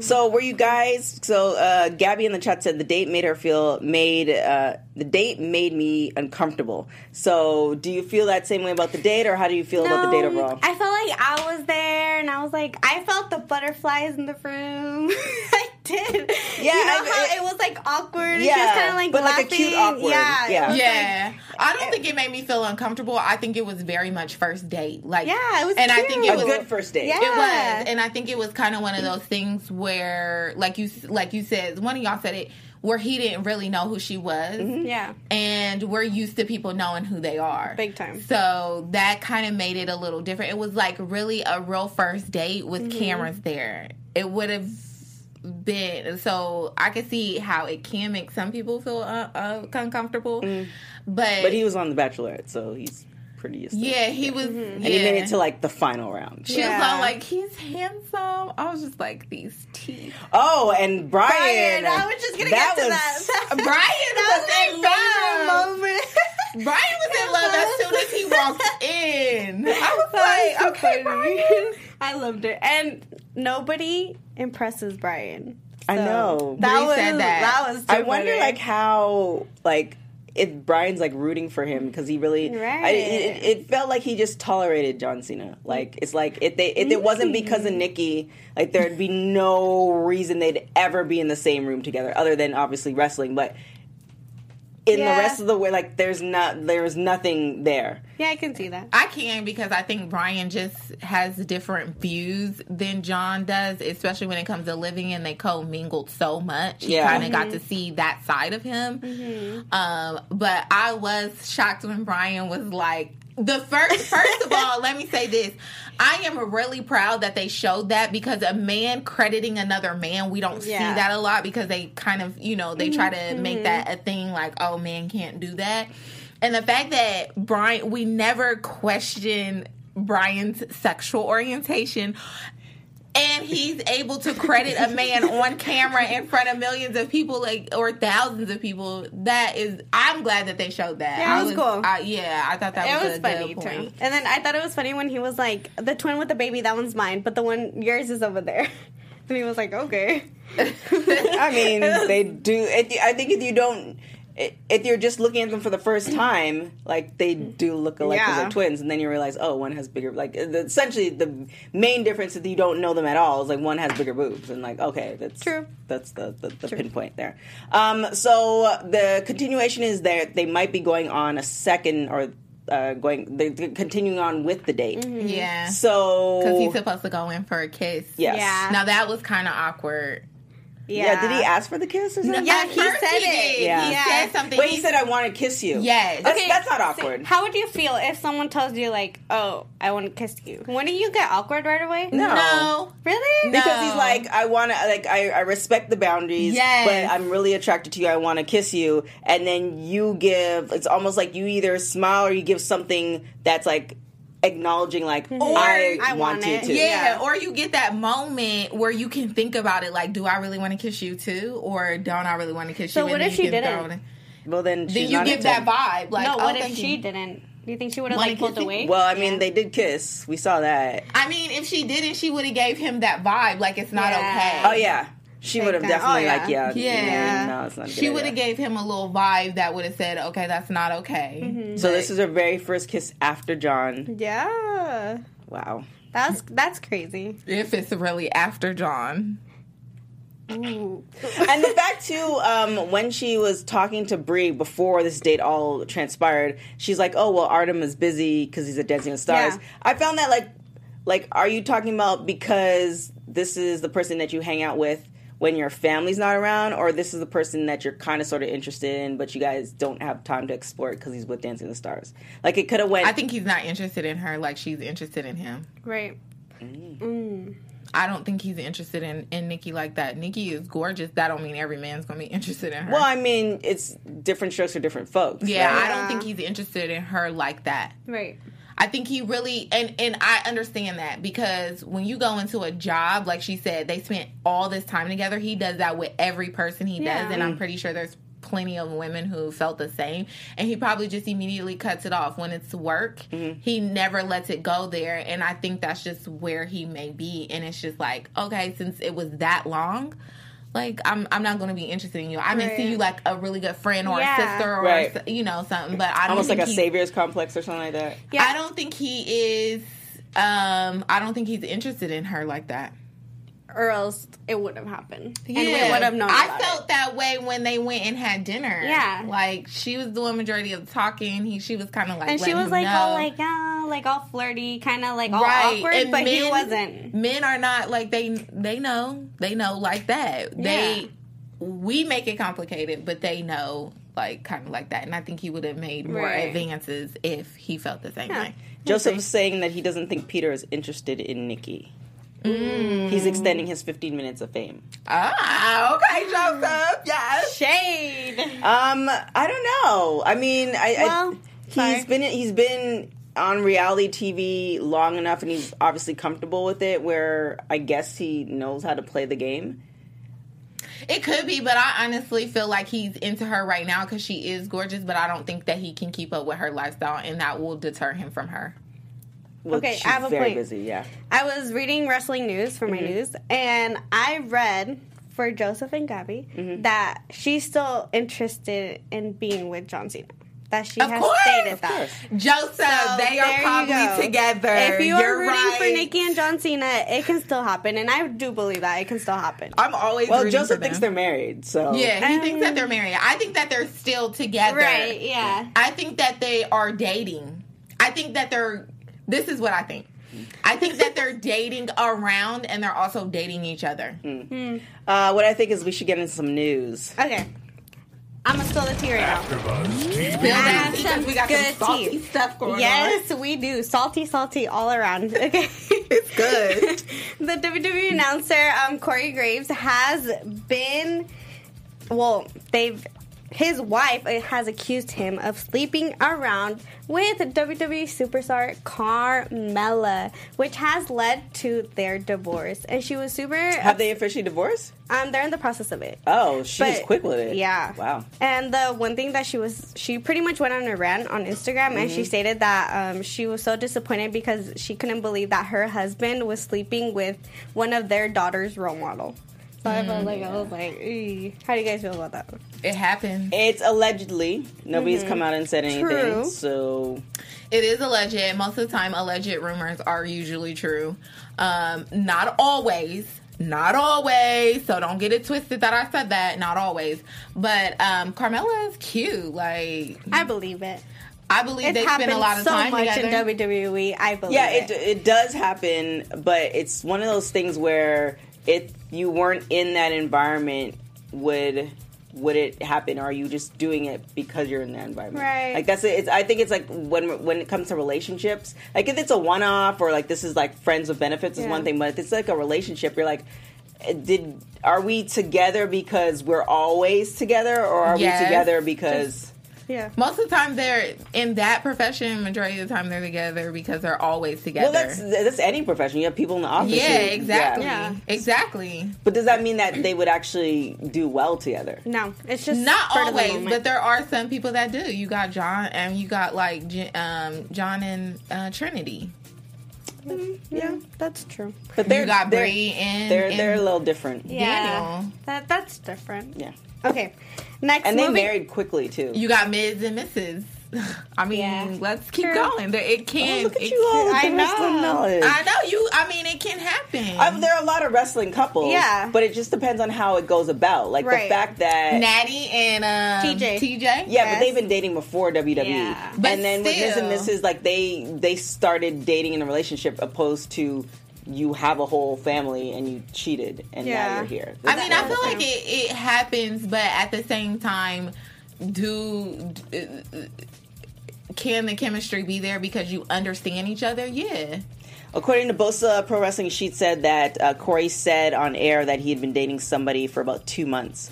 [SPEAKER 2] So were you guys? So uh, Gabby in the chat said the date made her feel made. Uh, the date made me uncomfortable. So do you feel that same way about the date, or how do you feel about the date overall?
[SPEAKER 5] I felt like I was there, and I was like, I felt the butterflies in the room. I did.
[SPEAKER 2] Yeah,
[SPEAKER 5] you know
[SPEAKER 2] I-
[SPEAKER 5] how
[SPEAKER 2] it-
[SPEAKER 5] it, was like awkward.
[SPEAKER 2] Yeah,
[SPEAKER 5] Yeah, just kind of like
[SPEAKER 2] but, like,
[SPEAKER 5] laughing.
[SPEAKER 2] a cute awkward.
[SPEAKER 5] Yeah, it
[SPEAKER 2] Yeah.
[SPEAKER 5] was, eh.
[SPEAKER 4] Yeah, I don't think it made me feel uncomfortable. I think it was very much first date. Like
[SPEAKER 5] Yeah, it was
[SPEAKER 4] and I
[SPEAKER 5] cute.
[SPEAKER 4] think it
[SPEAKER 5] A
[SPEAKER 4] was
[SPEAKER 2] A good first date.
[SPEAKER 5] Yeah.
[SPEAKER 4] It was, and I think it was kind of one of those things where, like you, like you said, one of y'all said it, where he didn't really know who she was,
[SPEAKER 5] Mm-hmm. yeah.
[SPEAKER 4] and we're used to people knowing who they are,
[SPEAKER 5] Big time.
[SPEAKER 4] So that kind of made it a little different. It was like really a real first date with
[SPEAKER 5] Mm-hmm.
[SPEAKER 4] cameras there. It would have been so I could see how it can
[SPEAKER 5] Mm.
[SPEAKER 4] make some people feel uh, uh, uncomfortable, but
[SPEAKER 2] But he was on The Bachelorette, so he's prettiest. thing.
[SPEAKER 4] Yeah, he was.
[SPEAKER 5] Mm-hmm.
[SPEAKER 2] And
[SPEAKER 4] Yeah.
[SPEAKER 2] he made it to like the final round.
[SPEAKER 4] she was
[SPEAKER 5] Yeah.
[SPEAKER 4] all like, "He's handsome." I was just like, "These teeth."
[SPEAKER 2] Oh, and Brian.
[SPEAKER 5] Brian, I was just gonna get to that.
[SPEAKER 4] Brian was
[SPEAKER 5] That
[SPEAKER 4] in
[SPEAKER 5] was
[SPEAKER 4] love.
[SPEAKER 5] my favorite moment.
[SPEAKER 4] Brian was in love as soon as he walked in. I was like, "Okay, Brian."
[SPEAKER 5] I loved it, and nobody impresses Brian.
[SPEAKER 2] I know.
[SPEAKER 5] That
[SPEAKER 4] Bree
[SPEAKER 5] was
[SPEAKER 4] said that.
[SPEAKER 5] that was.
[SPEAKER 2] I
[SPEAKER 5] too
[SPEAKER 2] wonder
[SPEAKER 5] funny.
[SPEAKER 2] like how like if Brian's like rooting for him because he really I,
[SPEAKER 5] Right.
[SPEAKER 2] it, it felt like he just tolerated John Cena. Like it's like if they if it wasn't because of Nikki, like there'd be no reason they'd ever be in the same room together other than obviously wrestling, but in
[SPEAKER 5] Yeah.
[SPEAKER 2] the rest of the way like there's not there was nothing there.
[SPEAKER 5] yeah, I can see that.
[SPEAKER 4] I can because I think Brian just has different views than John does, especially when it comes to living and they co-mingled so much. He
[SPEAKER 2] Yeah.
[SPEAKER 4] kind of got to see that side of him. Um, but I was shocked when Brian was like, the first, first of all, let me say this. I am really proud that they showed that because a man crediting another man, we don't see
[SPEAKER 5] Yeah.
[SPEAKER 4] that a lot because they kind of, you know, they try to make that a thing like, oh, man can't do that. And the fact that Brian, we never question Brian's sexual orientation. And he's able to credit a man on camera in front of millions of people, like or thousands of people. That is, I'm glad that they showed that.
[SPEAKER 5] Yeah, it
[SPEAKER 4] I
[SPEAKER 5] was cool.
[SPEAKER 4] I- yeah, I thought that
[SPEAKER 5] It was
[SPEAKER 4] was, a
[SPEAKER 5] funny
[SPEAKER 4] good
[SPEAKER 5] too.
[SPEAKER 4] point.
[SPEAKER 5] And then I thought it was funny when he was like, "The twin with the baby, that one's mine, but the one yours is over there." And he was like, "Okay."
[SPEAKER 2] I mean, they do. If you, I think if you don't, i- if you're just looking at them for the first time, like they do look alike 'cause
[SPEAKER 5] Yeah.
[SPEAKER 2] they're twins, and then you realize, oh, one has bigger. Like the, essentially, the main difference is that you don't know them at all is like one has bigger boobs, and like okay, that's
[SPEAKER 5] True.
[SPEAKER 2] That's the the, the pinpoint there. Um, so the continuation is that they might be going on a second or. Uh, going, they're they're continuing on with the date.
[SPEAKER 5] Mm-hmm.
[SPEAKER 4] Yeah,
[SPEAKER 2] So,
[SPEAKER 4] because he's supposed to go in for a kiss.
[SPEAKER 2] yes.
[SPEAKER 5] Yeah.
[SPEAKER 4] Now that was kind of awkward.
[SPEAKER 5] Yeah.
[SPEAKER 2] yeah. Did he ask for the kiss or something?
[SPEAKER 5] Yeah,
[SPEAKER 4] At
[SPEAKER 5] he
[SPEAKER 4] first
[SPEAKER 5] said it.
[SPEAKER 4] did.
[SPEAKER 2] Yeah.
[SPEAKER 4] He
[SPEAKER 5] Yeah.
[SPEAKER 4] said something.
[SPEAKER 2] Wait, he said, "I want to kiss you."
[SPEAKER 4] Yes.
[SPEAKER 2] that's,
[SPEAKER 4] Okay,
[SPEAKER 2] that's not
[SPEAKER 5] so
[SPEAKER 2] awkward.
[SPEAKER 5] How would you feel if someone tells you like, "Oh, I want to kiss you"? Wouldn't you get awkward right away?
[SPEAKER 2] No.
[SPEAKER 4] no.
[SPEAKER 5] Really?
[SPEAKER 4] No.
[SPEAKER 2] Because he's like, I want to, like, I, I respect the boundaries,
[SPEAKER 4] Yes.
[SPEAKER 2] but I'm really attracted to you. I want to kiss you, and then you give. It's almost like you either smile or you give something that's like acknowledging, like,
[SPEAKER 4] Mm-hmm.
[SPEAKER 2] I,
[SPEAKER 5] I
[SPEAKER 2] want
[SPEAKER 5] want
[SPEAKER 2] you
[SPEAKER 5] it.
[SPEAKER 2] to.
[SPEAKER 4] Yeah, or you get that moment where you can think about it, like, do I really want to kiss you too, or don't I really want to kiss
[SPEAKER 5] So
[SPEAKER 4] you? And
[SPEAKER 5] what
[SPEAKER 4] then
[SPEAKER 5] if
[SPEAKER 4] you
[SPEAKER 5] she
[SPEAKER 4] can
[SPEAKER 5] didn't?
[SPEAKER 4] throw it in.
[SPEAKER 2] Well, then
[SPEAKER 4] Then
[SPEAKER 2] she's
[SPEAKER 4] you
[SPEAKER 2] not
[SPEAKER 4] give
[SPEAKER 2] into
[SPEAKER 4] that
[SPEAKER 2] it.
[SPEAKER 4] vibe, like,
[SPEAKER 5] no.
[SPEAKER 4] oh,
[SPEAKER 5] What if
[SPEAKER 4] thank
[SPEAKER 5] she
[SPEAKER 4] you.
[SPEAKER 5] didn't? Do you think she would have
[SPEAKER 4] Like,
[SPEAKER 5] like, pulled
[SPEAKER 4] if he-
[SPEAKER 5] away?
[SPEAKER 2] Well, I mean, they did kiss. We saw that.
[SPEAKER 4] I mean, if she didn't, she would have gave him that vibe, like it's not
[SPEAKER 5] Yeah.
[SPEAKER 4] okay.
[SPEAKER 2] Oh yeah, she would have
[SPEAKER 5] that.
[SPEAKER 2] definitely
[SPEAKER 5] Oh, yeah.
[SPEAKER 2] like, yeah,
[SPEAKER 4] Yeah.
[SPEAKER 2] no, it's not. a good
[SPEAKER 4] She would
[SPEAKER 2] idea.
[SPEAKER 4] have gave him a little vibe that would have said, "Okay, that's not okay."
[SPEAKER 5] Mm-hmm.
[SPEAKER 2] So this is her very first kiss after John.
[SPEAKER 5] yeah.
[SPEAKER 2] Wow.
[SPEAKER 5] That's that's crazy.
[SPEAKER 4] If it's really after John,
[SPEAKER 5] Ooh.
[SPEAKER 2] and the fact too, um, when she was talking to Brie before this date all transpired, she's like, "Oh well, Artem is busy because he's at Dancing with Stars."
[SPEAKER 5] Yeah.
[SPEAKER 2] I found that like, like, are you talking about because this is the person that you hang out with when your family's not around, or this is the person that you're kind of sort of interested in, but you guys don't have time to explore it because he's with Dancing with Stars? Like, it could have went.
[SPEAKER 4] I think he's not interested in her like she's interested in him.
[SPEAKER 5] Right.
[SPEAKER 4] I don't think he's interested in in Nikki like that. Nikki is gorgeous. That don't mean every man's gonna be interested in her.
[SPEAKER 2] well, I mean, it's different strokes for different folks.
[SPEAKER 4] yeah,
[SPEAKER 2] right?
[SPEAKER 4] I don't think he's interested in her like that.
[SPEAKER 5] Right.
[SPEAKER 4] I think he really and and I understand that because when you go into a job, like she said, they spent all this time together. He does that with every person he
[SPEAKER 5] Yeah.
[SPEAKER 4] does, and I'm pretty sure there's plenty of women who felt the same. And he probably just immediately cuts it off when it's work.
[SPEAKER 2] Mm-hmm.
[SPEAKER 4] He never lets it go there, and I think that's just where he may be. And it's just like, okay, since it was that long. Like I'm, I'm not going to be interested in you. I may see
[SPEAKER 5] Right.
[SPEAKER 4] you like a really good friend or
[SPEAKER 5] Yeah.
[SPEAKER 4] a sister or
[SPEAKER 2] Right.
[SPEAKER 4] s- you know something, but I don't
[SPEAKER 2] almost like
[SPEAKER 4] think
[SPEAKER 2] a
[SPEAKER 4] he-
[SPEAKER 2] savior's complex or something like that.
[SPEAKER 5] Yeah.
[SPEAKER 4] I don't think he is. Um, I don't think he's interested in her like that.
[SPEAKER 5] Or else it would have happened. And we would have known.
[SPEAKER 4] I
[SPEAKER 5] about
[SPEAKER 4] felt that way when they went and had dinner.
[SPEAKER 5] Yeah.
[SPEAKER 4] like she was doing majority of the talking. He, she was kind of like, "Oh
[SPEAKER 5] it. and she
[SPEAKER 4] letting
[SPEAKER 5] was
[SPEAKER 4] him
[SPEAKER 5] like all
[SPEAKER 4] know.
[SPEAKER 5] like ah, like all flirty, kind of like all awkward,
[SPEAKER 4] and
[SPEAKER 5] but he
[SPEAKER 4] men-
[SPEAKER 5] wasn't.
[SPEAKER 4] Men are not like they. They know. They know like that. They. We make it complicated, but they know like kind of like that. And I think he would have made more
[SPEAKER 5] Right.
[SPEAKER 4] advances if he felt the same way.
[SPEAKER 2] Joseph is saying that he doesn't think Peter is interested in Nikki. He's extending his 15 minutes of fame.
[SPEAKER 4] Ah, okay, Joseph. Yes.
[SPEAKER 5] Shade.
[SPEAKER 2] Um, I don't know. I mean, I,
[SPEAKER 5] Well,
[SPEAKER 2] I he's been he's been on reality TV long enough, and he's obviously comfortable with it. Where I guess he knows how to play the game.
[SPEAKER 4] It could be, but I honestly feel like he's into her right now because she is gorgeous. But I don't think that he can keep up with her lifestyle, and that will deter him from her.
[SPEAKER 2] Well,
[SPEAKER 5] Okay, I
[SPEAKER 2] she's
[SPEAKER 5] have a
[SPEAKER 2] very
[SPEAKER 5] point.
[SPEAKER 2] busy. Yeah,
[SPEAKER 5] I was reading wrestling news for my news, and I read for Joseph and Gabby that she's still interested in being with John Cena. That she
[SPEAKER 4] Of
[SPEAKER 5] has
[SPEAKER 4] course!
[SPEAKER 5] stated
[SPEAKER 4] Of
[SPEAKER 5] that.
[SPEAKER 4] Joseph,
[SPEAKER 5] So
[SPEAKER 4] they are
[SPEAKER 5] there you go.
[SPEAKER 4] probably together.
[SPEAKER 5] If you are
[SPEAKER 4] You're
[SPEAKER 5] rooting for
[SPEAKER 4] right.
[SPEAKER 5] Nikki and John Cena, it can still happen, and I do believe that it can still happen.
[SPEAKER 4] I'm always
[SPEAKER 2] Well,
[SPEAKER 4] rooting
[SPEAKER 2] Joseph
[SPEAKER 4] for
[SPEAKER 2] thinks
[SPEAKER 4] them.
[SPEAKER 2] they're married, so
[SPEAKER 4] Yeah, he thinks that they're married. I think that they're still together.
[SPEAKER 5] Um, Right? Yeah.
[SPEAKER 4] I think that they are dating. I think that they're. This is what I think. I think that they're dating around and they're also dating each other.
[SPEAKER 2] Uh, what I think is we should get into some news.
[SPEAKER 5] Okay. I'm gonna spill the tea right now.
[SPEAKER 4] Feel
[SPEAKER 5] I
[SPEAKER 4] that?
[SPEAKER 5] have
[SPEAKER 4] Because
[SPEAKER 5] some
[SPEAKER 4] we got
[SPEAKER 5] good
[SPEAKER 4] some salty
[SPEAKER 5] tea.
[SPEAKER 4] stuff going on.
[SPEAKER 5] Yes, we do. Salty, salty, all around. Okay.
[SPEAKER 4] It's good.
[SPEAKER 5] the WWE announcer um, Corey Graves has been, well, they've his wife uh, has accused him of sleeping around with WWE superstar Carmella, which has led to their divorce. And she was super.
[SPEAKER 2] Have they officially divorced?
[SPEAKER 5] Um, they're in the process of it.
[SPEAKER 2] Oh, she was
[SPEAKER 5] But-
[SPEAKER 2] quick with it.
[SPEAKER 5] Yeah.
[SPEAKER 2] Wow.
[SPEAKER 5] And the one thing that she was, she pretty much went on a rant on Instagram, and
[SPEAKER 2] Mm-hmm.
[SPEAKER 5] she stated that um, she was so disappointed because she couldn't believe that her husband was sleeping with one of their daughter's role model. So I felt like I was like, "Ew." how do you guys feel about that?
[SPEAKER 4] It happens.
[SPEAKER 2] It's allegedly. Nobody's come out and said anything.
[SPEAKER 5] Mm-hmm. True.
[SPEAKER 2] So
[SPEAKER 4] It is alleged. Most of the time, alleged rumors are usually true. Um, not always. Not always. So don't get it twisted that I said that. Not always. But um, Carmella is cute. Like
[SPEAKER 2] Mm-hmm.
[SPEAKER 5] I believe it.
[SPEAKER 4] I believe
[SPEAKER 5] It's
[SPEAKER 4] they
[SPEAKER 5] happened
[SPEAKER 4] spend a lot of
[SPEAKER 5] so
[SPEAKER 4] time
[SPEAKER 5] much
[SPEAKER 4] together.
[SPEAKER 5] in WWE. I believe
[SPEAKER 2] yeah,
[SPEAKER 5] it.
[SPEAKER 2] it it does happen, but it's one of those things where if you weren't in that environment, would would it happen? Or are you just doing it because you're in that environment?
[SPEAKER 5] Right.
[SPEAKER 2] Like that's it. It's, I think it's like when when it comes to relationships, like if it's a one off or like this is like friends with benefits is
[SPEAKER 5] Yeah.
[SPEAKER 2] one thing, but if it's like a relationship, you're like. Did are we together because we're always together, or are
[SPEAKER 4] Yes.
[SPEAKER 2] we together because
[SPEAKER 5] yeah.
[SPEAKER 4] Most of the time, they're in that profession. Majority of the time, they're together because they're always
[SPEAKER 2] Well,
[SPEAKER 4] together.
[SPEAKER 2] that's that's any profession. You have people in the office.
[SPEAKER 4] yeah,
[SPEAKER 2] who-
[SPEAKER 4] exactly,
[SPEAKER 2] yeah.
[SPEAKER 5] Yeah.
[SPEAKER 4] exactly.
[SPEAKER 2] But does that mean that they would actually do well together?
[SPEAKER 5] No, it's just
[SPEAKER 4] Not
[SPEAKER 5] spur of the
[SPEAKER 4] always,
[SPEAKER 5] moment.
[SPEAKER 4] but there are some people that do. You got John, and you got like J- um, John and uh, Trinity.
[SPEAKER 5] yeah, that's true.
[SPEAKER 2] But they're
[SPEAKER 4] you got
[SPEAKER 2] they're,
[SPEAKER 4] Bree and
[SPEAKER 2] they're
[SPEAKER 4] and
[SPEAKER 2] they're a little different. Yeah,
[SPEAKER 5] Yeah,
[SPEAKER 4] Daniel.
[SPEAKER 5] that that's different.
[SPEAKER 2] yeah.
[SPEAKER 5] Okay, next
[SPEAKER 2] And they
[SPEAKER 5] movie.
[SPEAKER 2] married quickly too.
[SPEAKER 4] You got Ms. and Mrs. I mean,
[SPEAKER 5] Yeah.
[SPEAKER 4] let's keep
[SPEAKER 5] True.
[SPEAKER 4] going. There- It
[SPEAKER 2] Oh,
[SPEAKER 4] can.
[SPEAKER 2] look at
[SPEAKER 4] it
[SPEAKER 2] you all with
[SPEAKER 4] can-
[SPEAKER 2] the
[SPEAKER 5] know.
[SPEAKER 2] wrestling knowledge.
[SPEAKER 4] I know you. I mean, it can happen.
[SPEAKER 2] I- there are a lot of wrestling couples.
[SPEAKER 5] Yeah.
[SPEAKER 2] but it just depends on how it goes about. Like
[SPEAKER 5] Right.
[SPEAKER 2] the fact that
[SPEAKER 4] Natty and um,
[SPEAKER 5] TJ.
[SPEAKER 4] TJ.
[SPEAKER 2] yeah,
[SPEAKER 5] Yes.
[SPEAKER 2] but they've been dating before WWE.
[SPEAKER 5] Yeah.
[SPEAKER 4] But
[SPEAKER 2] and then with Miss and
[SPEAKER 4] still.
[SPEAKER 2] Mrs. Like they they started dating in a relationship opposed to you have a whole family and you cheated and now
[SPEAKER 5] Yeah.
[SPEAKER 2] you're here.
[SPEAKER 4] I mean, I feel
[SPEAKER 5] Yeah.
[SPEAKER 4] like it, it happens, but at the same time, do uh, can the chemistry be there because you understand each other? Yeah,
[SPEAKER 2] According to Bosa Pro Wrestling Sheet, said that uh, Corey said on air that he had been dating somebody for about two months,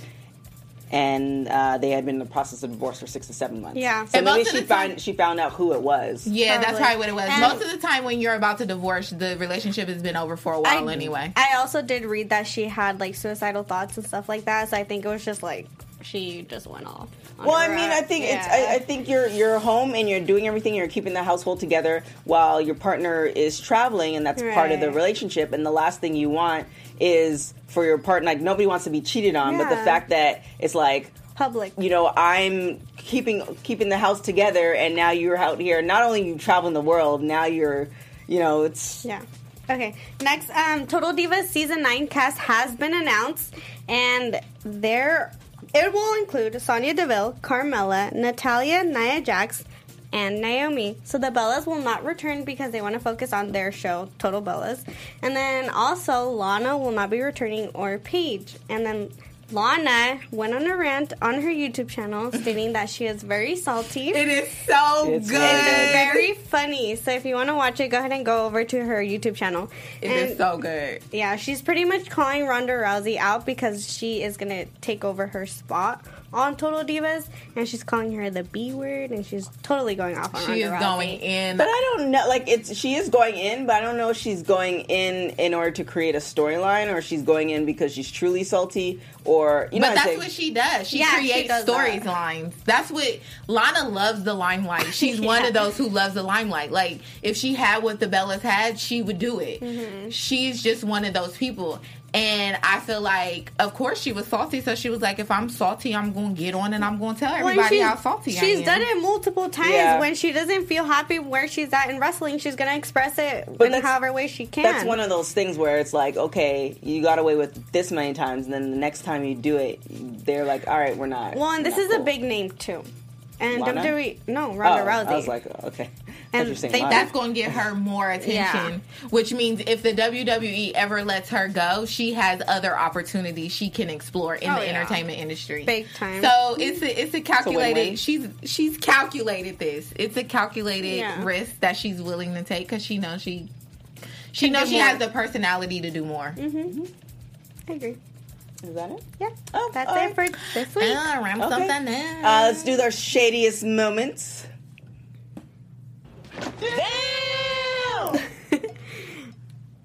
[SPEAKER 2] and uh, they had been in the process of divorce for six to seven months.
[SPEAKER 5] Yeah.
[SPEAKER 2] so
[SPEAKER 4] And
[SPEAKER 2] maybe
[SPEAKER 4] most of
[SPEAKER 2] she
[SPEAKER 4] the time-
[SPEAKER 2] found she found out who it was.
[SPEAKER 4] yeah, that's probably
[SPEAKER 5] Probably.
[SPEAKER 4] what it was.
[SPEAKER 5] And-
[SPEAKER 4] Most of the time, when you're about to divorce, the relationship has been over for a while anyway.
[SPEAKER 5] I also did read that she had like suicidal thoughts and stuff like that. So I think it was just like she just went off. on
[SPEAKER 2] Well, I
[SPEAKER 5] her
[SPEAKER 2] mean,
[SPEAKER 5] own.
[SPEAKER 2] I think it's
[SPEAKER 5] Yeah.
[SPEAKER 2] I, I think you're you're home and you're doing everything. You're keeping the household together while your partner is traveling, and that's part of the
[SPEAKER 5] Right.
[SPEAKER 2] relationship. And the last thing you want is for your partner. Like nobody wants to be cheated on, but the
[SPEAKER 5] Yeah.
[SPEAKER 2] fact that it's like
[SPEAKER 5] public.
[SPEAKER 2] you know i'm keeping keeping the house together and now you're out here not only you traveling the world now you're you know it's
[SPEAKER 5] yeah. Okay. Next, um, Total Divas season nine cast has been announced, and there it will include Sonia Deville, Carmella, Natalia, Nia Jax. And Naomi. So the Bellas will not return because they want to focus on their show, Total Bellas. And then also, Lana will not be returning or Paige. And then Lana went on a rant on her YouTube channel stating that she is very salty.
[SPEAKER 4] It is so
[SPEAKER 2] It's
[SPEAKER 4] good.
[SPEAKER 2] really
[SPEAKER 5] It's very funny. So if you want to watch it, go ahead and go over to her YouTube channel.
[SPEAKER 4] It
[SPEAKER 5] and
[SPEAKER 4] is so good.
[SPEAKER 5] yeah, she's pretty much calling Ronda Rousey out because she is gonna take over her spot on Total Divas, and she's calling her the B word, and she's totally going off on Ronda
[SPEAKER 4] She is
[SPEAKER 5] Rousey.
[SPEAKER 4] going in.
[SPEAKER 2] But I don't know. Like it's she is going in, but I don't know if she's going in in order to create a storyline, or she's going in because she's truly salty, or you know.
[SPEAKER 4] But
[SPEAKER 2] I
[SPEAKER 4] that's
[SPEAKER 2] say-
[SPEAKER 4] what she does. She
[SPEAKER 5] Yeah, she
[SPEAKER 4] creates
[SPEAKER 5] does that.
[SPEAKER 4] storylines. That's what Lana loves the limelight. She's one of those who loves the limelight. Like if she had what the Bellas had, she would do it.
[SPEAKER 5] Mm-hmm.
[SPEAKER 4] She's just one of those people. And I feel like, of course, she was salty. So she was like, if I'm salty, I'm going to get on and I'm going to tell
[SPEAKER 5] When
[SPEAKER 4] everybody
[SPEAKER 5] she's-
[SPEAKER 4] how salty I am.
[SPEAKER 5] She's done it multiple times.
[SPEAKER 2] Yeah.
[SPEAKER 5] When she doesn't feel happy where she's at in wrestling, she's gonna express it in
[SPEAKER 2] that's-
[SPEAKER 5] however way she can.
[SPEAKER 2] That's one of those things where it's like, okay, you got away with this many times, and then the next time you do it, they're like, all right, we're not.
[SPEAKER 5] well, and this
[SPEAKER 2] not
[SPEAKER 5] is a
[SPEAKER 2] cool.
[SPEAKER 5] big name too. And
[SPEAKER 2] Lana?
[SPEAKER 5] WWE, no,
[SPEAKER 2] Oh,
[SPEAKER 5] Ronda Rousey.
[SPEAKER 2] I was like, oh, okay.
[SPEAKER 5] And
[SPEAKER 2] And saying
[SPEAKER 5] they-
[SPEAKER 2] Lana.
[SPEAKER 4] That's going to get her more attention, which means if the WWE ever lets her go, she has other opportunities she can explore in
[SPEAKER 5] Oh,
[SPEAKER 4] the
[SPEAKER 5] yeah.
[SPEAKER 4] entertainment industry.
[SPEAKER 5] Big time.
[SPEAKER 4] So it's a, it's a calculated.
[SPEAKER 2] win-win.
[SPEAKER 4] she's she's calculated this. It's a calculated
[SPEAKER 5] Yeah.
[SPEAKER 4] risk that she's willing to take because she knows she she knows
[SPEAKER 5] do
[SPEAKER 4] she
[SPEAKER 5] more.
[SPEAKER 4] has the personality to do more.
[SPEAKER 5] Mm-hmm. I agree.
[SPEAKER 2] is that it?
[SPEAKER 5] Yeah,
[SPEAKER 2] Oh,
[SPEAKER 5] that's
[SPEAKER 2] all
[SPEAKER 5] it
[SPEAKER 2] right.
[SPEAKER 5] for this week.
[SPEAKER 4] Ah, ramp
[SPEAKER 2] Okay.
[SPEAKER 4] something in.
[SPEAKER 2] Uh, let's do their shadiest moments. Damn!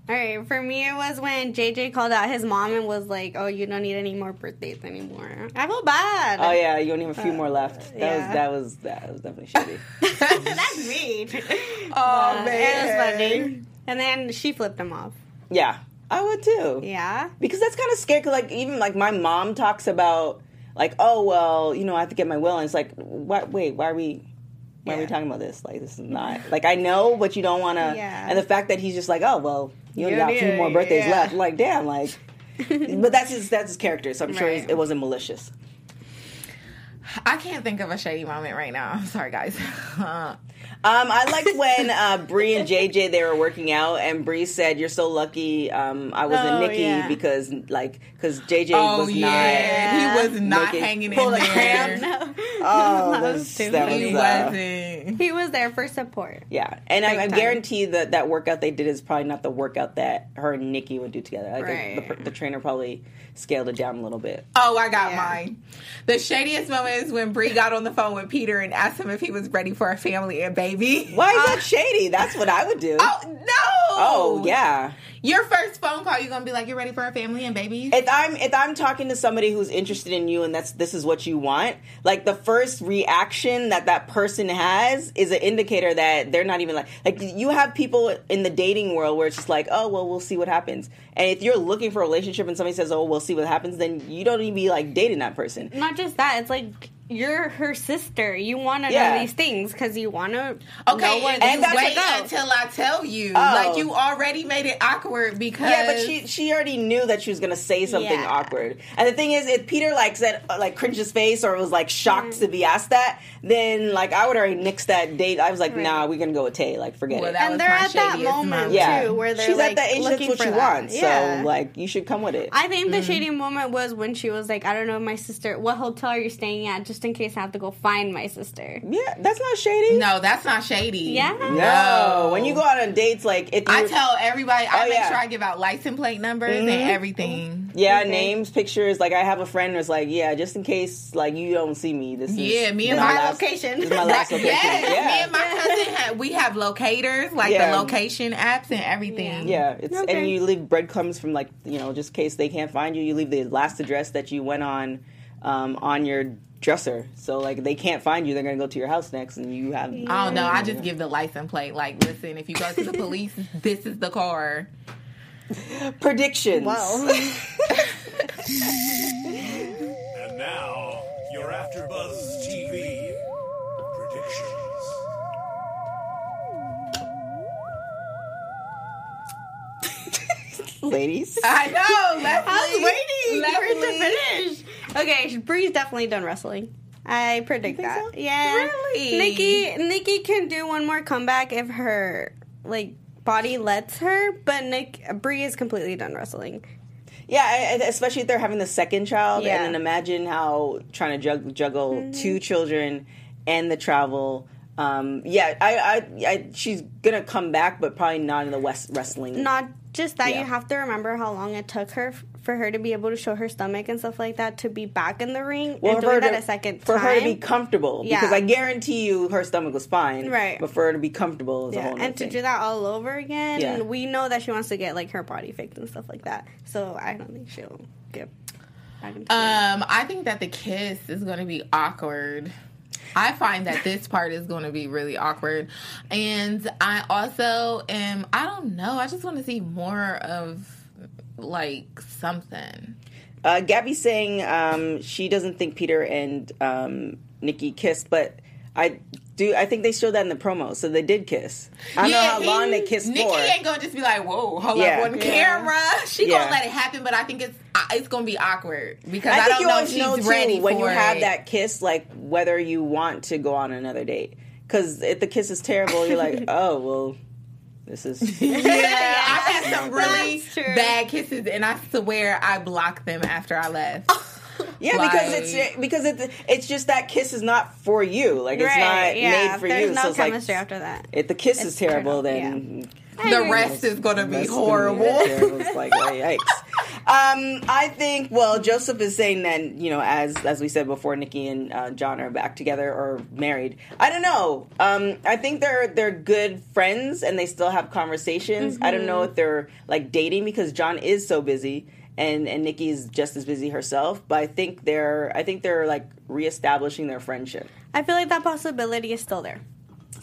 [SPEAKER 5] All right, for me it was when JJ called out his mom and was like, "Oh, you don't need any more birthdays anymore." I feel bad.
[SPEAKER 2] Oh yeah, you only have a few more left. That
[SPEAKER 5] Uh, yeah.
[SPEAKER 2] was that was that was definitely shady.
[SPEAKER 5] that's mean.
[SPEAKER 2] oh
[SPEAKER 5] it was funny. And then she flipped him off.
[SPEAKER 2] Yeah, I would too.
[SPEAKER 5] Yeah.
[SPEAKER 2] because that's kind of scary. 'cause, like even like my mom talks about like oh well you know I have to get my will and it's like why, wait why are we why are we
[SPEAKER 5] Yeah.
[SPEAKER 2] talking about this like this is not like I know but you don't want to
[SPEAKER 5] Yeah.
[SPEAKER 2] and the fact that he's just like oh well you only
[SPEAKER 5] You
[SPEAKER 2] got a few
[SPEAKER 5] need-
[SPEAKER 2] more birthdays
[SPEAKER 5] yeah.
[SPEAKER 2] left like damn like but that's his that's his character so I'm sure he's,
[SPEAKER 5] Right.
[SPEAKER 2] it wasn't malicious.
[SPEAKER 4] I can't think of a shady moment right now. I'm sorry, guys.
[SPEAKER 2] Um, I liked when uh, Bree and JJ they were working out, and Bree said, "You're so lucky um, I wasn't
[SPEAKER 5] Oh,
[SPEAKER 2] Nikki
[SPEAKER 5] yeah.
[SPEAKER 2] because like because JJ
[SPEAKER 4] oh
[SPEAKER 2] was
[SPEAKER 4] yeah,
[SPEAKER 2] not
[SPEAKER 4] he was not
[SPEAKER 2] looking-
[SPEAKER 4] hanging in
[SPEAKER 2] Full of
[SPEAKER 4] there.
[SPEAKER 2] cramps.
[SPEAKER 5] No.
[SPEAKER 2] Oh,
[SPEAKER 5] That
[SPEAKER 2] that
[SPEAKER 5] was
[SPEAKER 2] was,
[SPEAKER 5] too
[SPEAKER 2] that
[SPEAKER 5] funny.
[SPEAKER 4] He
[SPEAKER 2] was, uh,
[SPEAKER 4] wasn't.
[SPEAKER 5] He was there for support.
[SPEAKER 2] yeah, and I, I
[SPEAKER 4] time.
[SPEAKER 2] guarantee that that workout they did is probably not the workout that her and Nikki would do together. Like the- the,
[SPEAKER 5] Right.
[SPEAKER 2] the trainer probably scaled it down a little bit.
[SPEAKER 4] Oh, I got
[SPEAKER 5] Yeah.
[SPEAKER 4] mine. The shadiest moment is when Bree got on the phone with Peter and asked him if he was ready for a family and baby.
[SPEAKER 2] Why is that shady? That's what I would do.
[SPEAKER 4] Oh no!
[SPEAKER 2] oh yeah.
[SPEAKER 4] Your first phone call, you're gonna be like, "You're ready for a family and baby."
[SPEAKER 2] if I'm if I'm talking to somebody who's interested in you and that's this is what you want, like the first reaction that that person has is an indicator that they're not even like like you have people in the dating world where it's just like, oh well, we'll see what happens. And if you're looking for a relationship and somebody says, oh we'll see what happens, then you don't even be like dating that person.
[SPEAKER 5] Not just that, it's like you're her sister. You want to know
[SPEAKER 2] Yeah.
[SPEAKER 5] these things because you want to
[SPEAKER 4] Okay,
[SPEAKER 5] know what
[SPEAKER 4] and,
[SPEAKER 5] you
[SPEAKER 2] that's
[SPEAKER 4] wait
[SPEAKER 5] want to know.
[SPEAKER 4] until I tell you. Like you already made it awkward because
[SPEAKER 2] Yeah, but she she already knew that she was gonna say something
[SPEAKER 5] Yeah.
[SPEAKER 2] awkward. And the thing is, if Peter like said like cringed his face or was like
[SPEAKER 4] Mm.
[SPEAKER 2] shocked to be asked that, then like I would already nix that date. I was like, nah, we're gonna go with Tay. Like forget
[SPEAKER 4] Well,
[SPEAKER 2] it.
[SPEAKER 4] that was
[SPEAKER 5] and they're
[SPEAKER 4] my
[SPEAKER 5] at that
[SPEAKER 4] shadiest
[SPEAKER 5] moment
[SPEAKER 4] moment.
[SPEAKER 2] yeah.
[SPEAKER 5] too, where they're
[SPEAKER 2] she's
[SPEAKER 5] like
[SPEAKER 2] at that age. That's
[SPEAKER 5] looking
[SPEAKER 2] what
[SPEAKER 5] for
[SPEAKER 2] she
[SPEAKER 5] that.
[SPEAKER 2] wants.
[SPEAKER 5] Yeah.
[SPEAKER 2] So like, you should come with it.
[SPEAKER 5] I think the shady moment was when she was like, "I don't know, my sister. What hotel are you staying at? Just in case I have to go find my sister."
[SPEAKER 2] yeah, that's not shady.
[SPEAKER 4] no, that's not shady.
[SPEAKER 5] Yeah.
[SPEAKER 2] No. When you go out on dates, like if you
[SPEAKER 4] I tell everybody. I
[SPEAKER 2] Oh,
[SPEAKER 4] make
[SPEAKER 2] yeah.
[SPEAKER 4] sure I give out license plate numbers and everything.
[SPEAKER 2] yeah names, pictures. Like I have a friend who's like, yeah, just in case like you don't see me. This is
[SPEAKER 4] Yeah, me
[SPEAKER 2] this
[SPEAKER 4] and
[SPEAKER 2] is
[SPEAKER 4] my
[SPEAKER 2] last-
[SPEAKER 5] location.
[SPEAKER 2] This is my last location.
[SPEAKER 4] Yes, me
[SPEAKER 2] yeah.
[SPEAKER 4] and my cousin had, we have locators like
[SPEAKER 2] Yeah.
[SPEAKER 4] the location apps and everything.
[SPEAKER 2] yeah, it's
[SPEAKER 5] Okay.
[SPEAKER 2] and you leave breadcrumbs from like you know just in case they can't find you. You leave the last address that you went on, um, on your dresser. So like they can't find you, they're gonna go to your house next, and you have
[SPEAKER 4] I don't know. I just give the license plate. Like, listen, if you go to the police, this is the car.
[SPEAKER 2] predictions.
[SPEAKER 6] And now, your AfterBuzz TV predictions.
[SPEAKER 2] ladies.
[SPEAKER 4] I know. Leslie,
[SPEAKER 5] I was waiting for it
[SPEAKER 4] Leslie.
[SPEAKER 5] to finish. Okay, Bree's definitely done wrestling. I predict that.
[SPEAKER 2] so?
[SPEAKER 5] Yeah,
[SPEAKER 4] Really?
[SPEAKER 5] Nikki, Nikki can do one more comeback if her like body lets her. But Nick Bree is completely done wrestling.
[SPEAKER 2] Yeah, I- I- especially if they're having the second child,
[SPEAKER 5] Yeah. Mm-hmm.
[SPEAKER 2] and then imagine how trying to jug- juggle two children and the travel. Um, yeah, I, I, I, she's gonna come back, but probably not in the West wrestling.
[SPEAKER 5] Not just that,
[SPEAKER 2] Yeah.
[SPEAKER 5] you have to remember how long it took her f- for her to be able to show her stomach and stuff like that to be back in the ring
[SPEAKER 2] Well,
[SPEAKER 5] and
[SPEAKER 2] for her
[SPEAKER 5] doing that
[SPEAKER 2] to-
[SPEAKER 5] a second
[SPEAKER 2] for
[SPEAKER 5] time.
[SPEAKER 2] her to be comfortable
[SPEAKER 5] Yeah.
[SPEAKER 2] because I guarantee you her stomach was fine.
[SPEAKER 5] Right.
[SPEAKER 2] But for her to be comfortable is a
[SPEAKER 5] yeah,
[SPEAKER 2] whole
[SPEAKER 5] and
[SPEAKER 2] nother
[SPEAKER 5] to
[SPEAKER 2] thing.
[SPEAKER 5] do that all over again,
[SPEAKER 2] Yeah.
[SPEAKER 5] we know that she wants to get like her body fixed and stuff like that. So I don't think she'll get back into the ring.
[SPEAKER 4] Um, I think that the kiss is going to be awkward. I find that this part is going to be really awkward. And I also am, I don't know, I just want to see more of like something.
[SPEAKER 2] Uh, Gabby's saying um, she doesn't think Peter and um, Nikki kissed, but I do. I think they showed that in the promo, so they did kiss. I don't know how
[SPEAKER 4] he-
[SPEAKER 2] long they kissed
[SPEAKER 4] Nikki
[SPEAKER 2] for.
[SPEAKER 4] ain't gonna just be like, "Whoa, hold
[SPEAKER 2] Yeah.
[SPEAKER 4] up on
[SPEAKER 2] Yeah.
[SPEAKER 4] camera." She
[SPEAKER 2] Yeah.
[SPEAKER 4] gonna let it happen, but I think it's I- it's gonna be awkward because
[SPEAKER 2] I
[SPEAKER 4] I,
[SPEAKER 2] think
[SPEAKER 4] don't
[SPEAKER 2] you
[SPEAKER 4] know if
[SPEAKER 2] always
[SPEAKER 4] she's
[SPEAKER 2] know too
[SPEAKER 4] ready
[SPEAKER 2] when you
[SPEAKER 4] for
[SPEAKER 2] have
[SPEAKER 4] it.
[SPEAKER 2] that kiss, like whether you want to go on another date. Because if the kiss is terrible, you're like, oh well, this is.
[SPEAKER 4] Yeah, I had some really
[SPEAKER 5] That's true.
[SPEAKER 4] bad kisses, and I swear I blocked them after I left.
[SPEAKER 2] Yeah, because it's because it, it's just that kiss is not for you. Like it's not made for
[SPEAKER 5] There's
[SPEAKER 2] you.
[SPEAKER 5] no
[SPEAKER 2] so it's like
[SPEAKER 5] chemistry after that.
[SPEAKER 2] if the kiss is terrible,
[SPEAKER 5] terrible,
[SPEAKER 2] then
[SPEAKER 4] the rest is gonna be
[SPEAKER 2] That's gonna
[SPEAKER 4] horrible.
[SPEAKER 2] be terrible. It's like, oh, yikes. Um, I think. Well, Joseph is saying that you know, as as we said before, Nikki and uh, John are back together or married. I don't know. Um, I think they're they're good friends and they still have conversations. I don't know if they're like dating because John is so busy and and Nikki is just as busy herself. But I think they're I think they're like reestablishing their friendship.
[SPEAKER 5] I feel like that possibility is still there.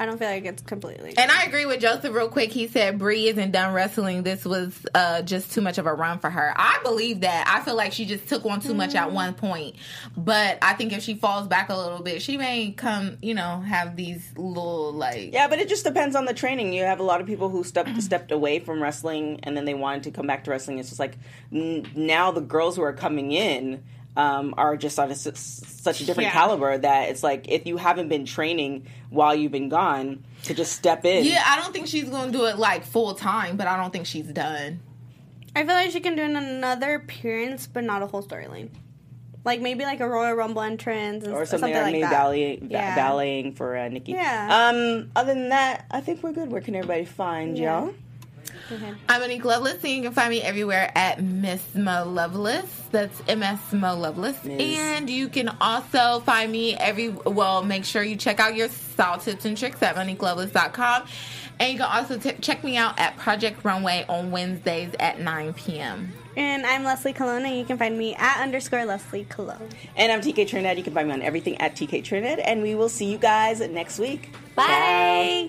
[SPEAKER 5] I don't feel like it's completely.
[SPEAKER 4] And I agree with Joseph real quick. He said Bree isn't done wrestling. This was uh, just too much of a run for her. I believe that. I feel like she just took on too much at one point. But I think if she falls back a little bit, she may come, you know, have these little like
[SPEAKER 2] Yeah, but it just depends on the training. You have a lot of people who
[SPEAKER 5] Mm-hmm.
[SPEAKER 2] stepped stepped away from wrestling and then they wanted to come back to wrestling. It's just like n- now the girls who are coming in um, are just on a s such a different
[SPEAKER 5] Yeah.
[SPEAKER 2] caliber that it's like if you haven't been training while you've been gone to just step in.
[SPEAKER 4] Yeah, I don't think she's gonna do it like full time, but I don't think she's done.
[SPEAKER 5] I feel like she can do an- another appearance, but not a whole storyline. Like maybe like a Royal Rumble entrance and
[SPEAKER 2] Or
[SPEAKER 5] s-
[SPEAKER 2] something, like, me
[SPEAKER 5] that.
[SPEAKER 2] ballet-
[SPEAKER 5] Yeah.
[SPEAKER 2] balleting for uh, Nikki.
[SPEAKER 5] Yeah.
[SPEAKER 2] Um, other than that, I think we're good. Where can everybody find
[SPEAKER 5] Yeah.
[SPEAKER 2] y'all?
[SPEAKER 4] I'm Monique Lovelace, and you can find me everywhere at Miss Mo Lovelace. That's M S Mo Lovelace. And you can also find me every, well, make sure you check out your style tips and tricks at MoniqueLovelace.com. And you can also t- check me out at Project Runway on Wednesdays at 9 p.m.
[SPEAKER 5] And I'm Leslie Colon, and you can find me at underscore Leslie Colon.
[SPEAKER 2] And I'm TK Trinidad. You can find me on everything at TK Trinidad. And we will see you guys next week.
[SPEAKER 5] Bye.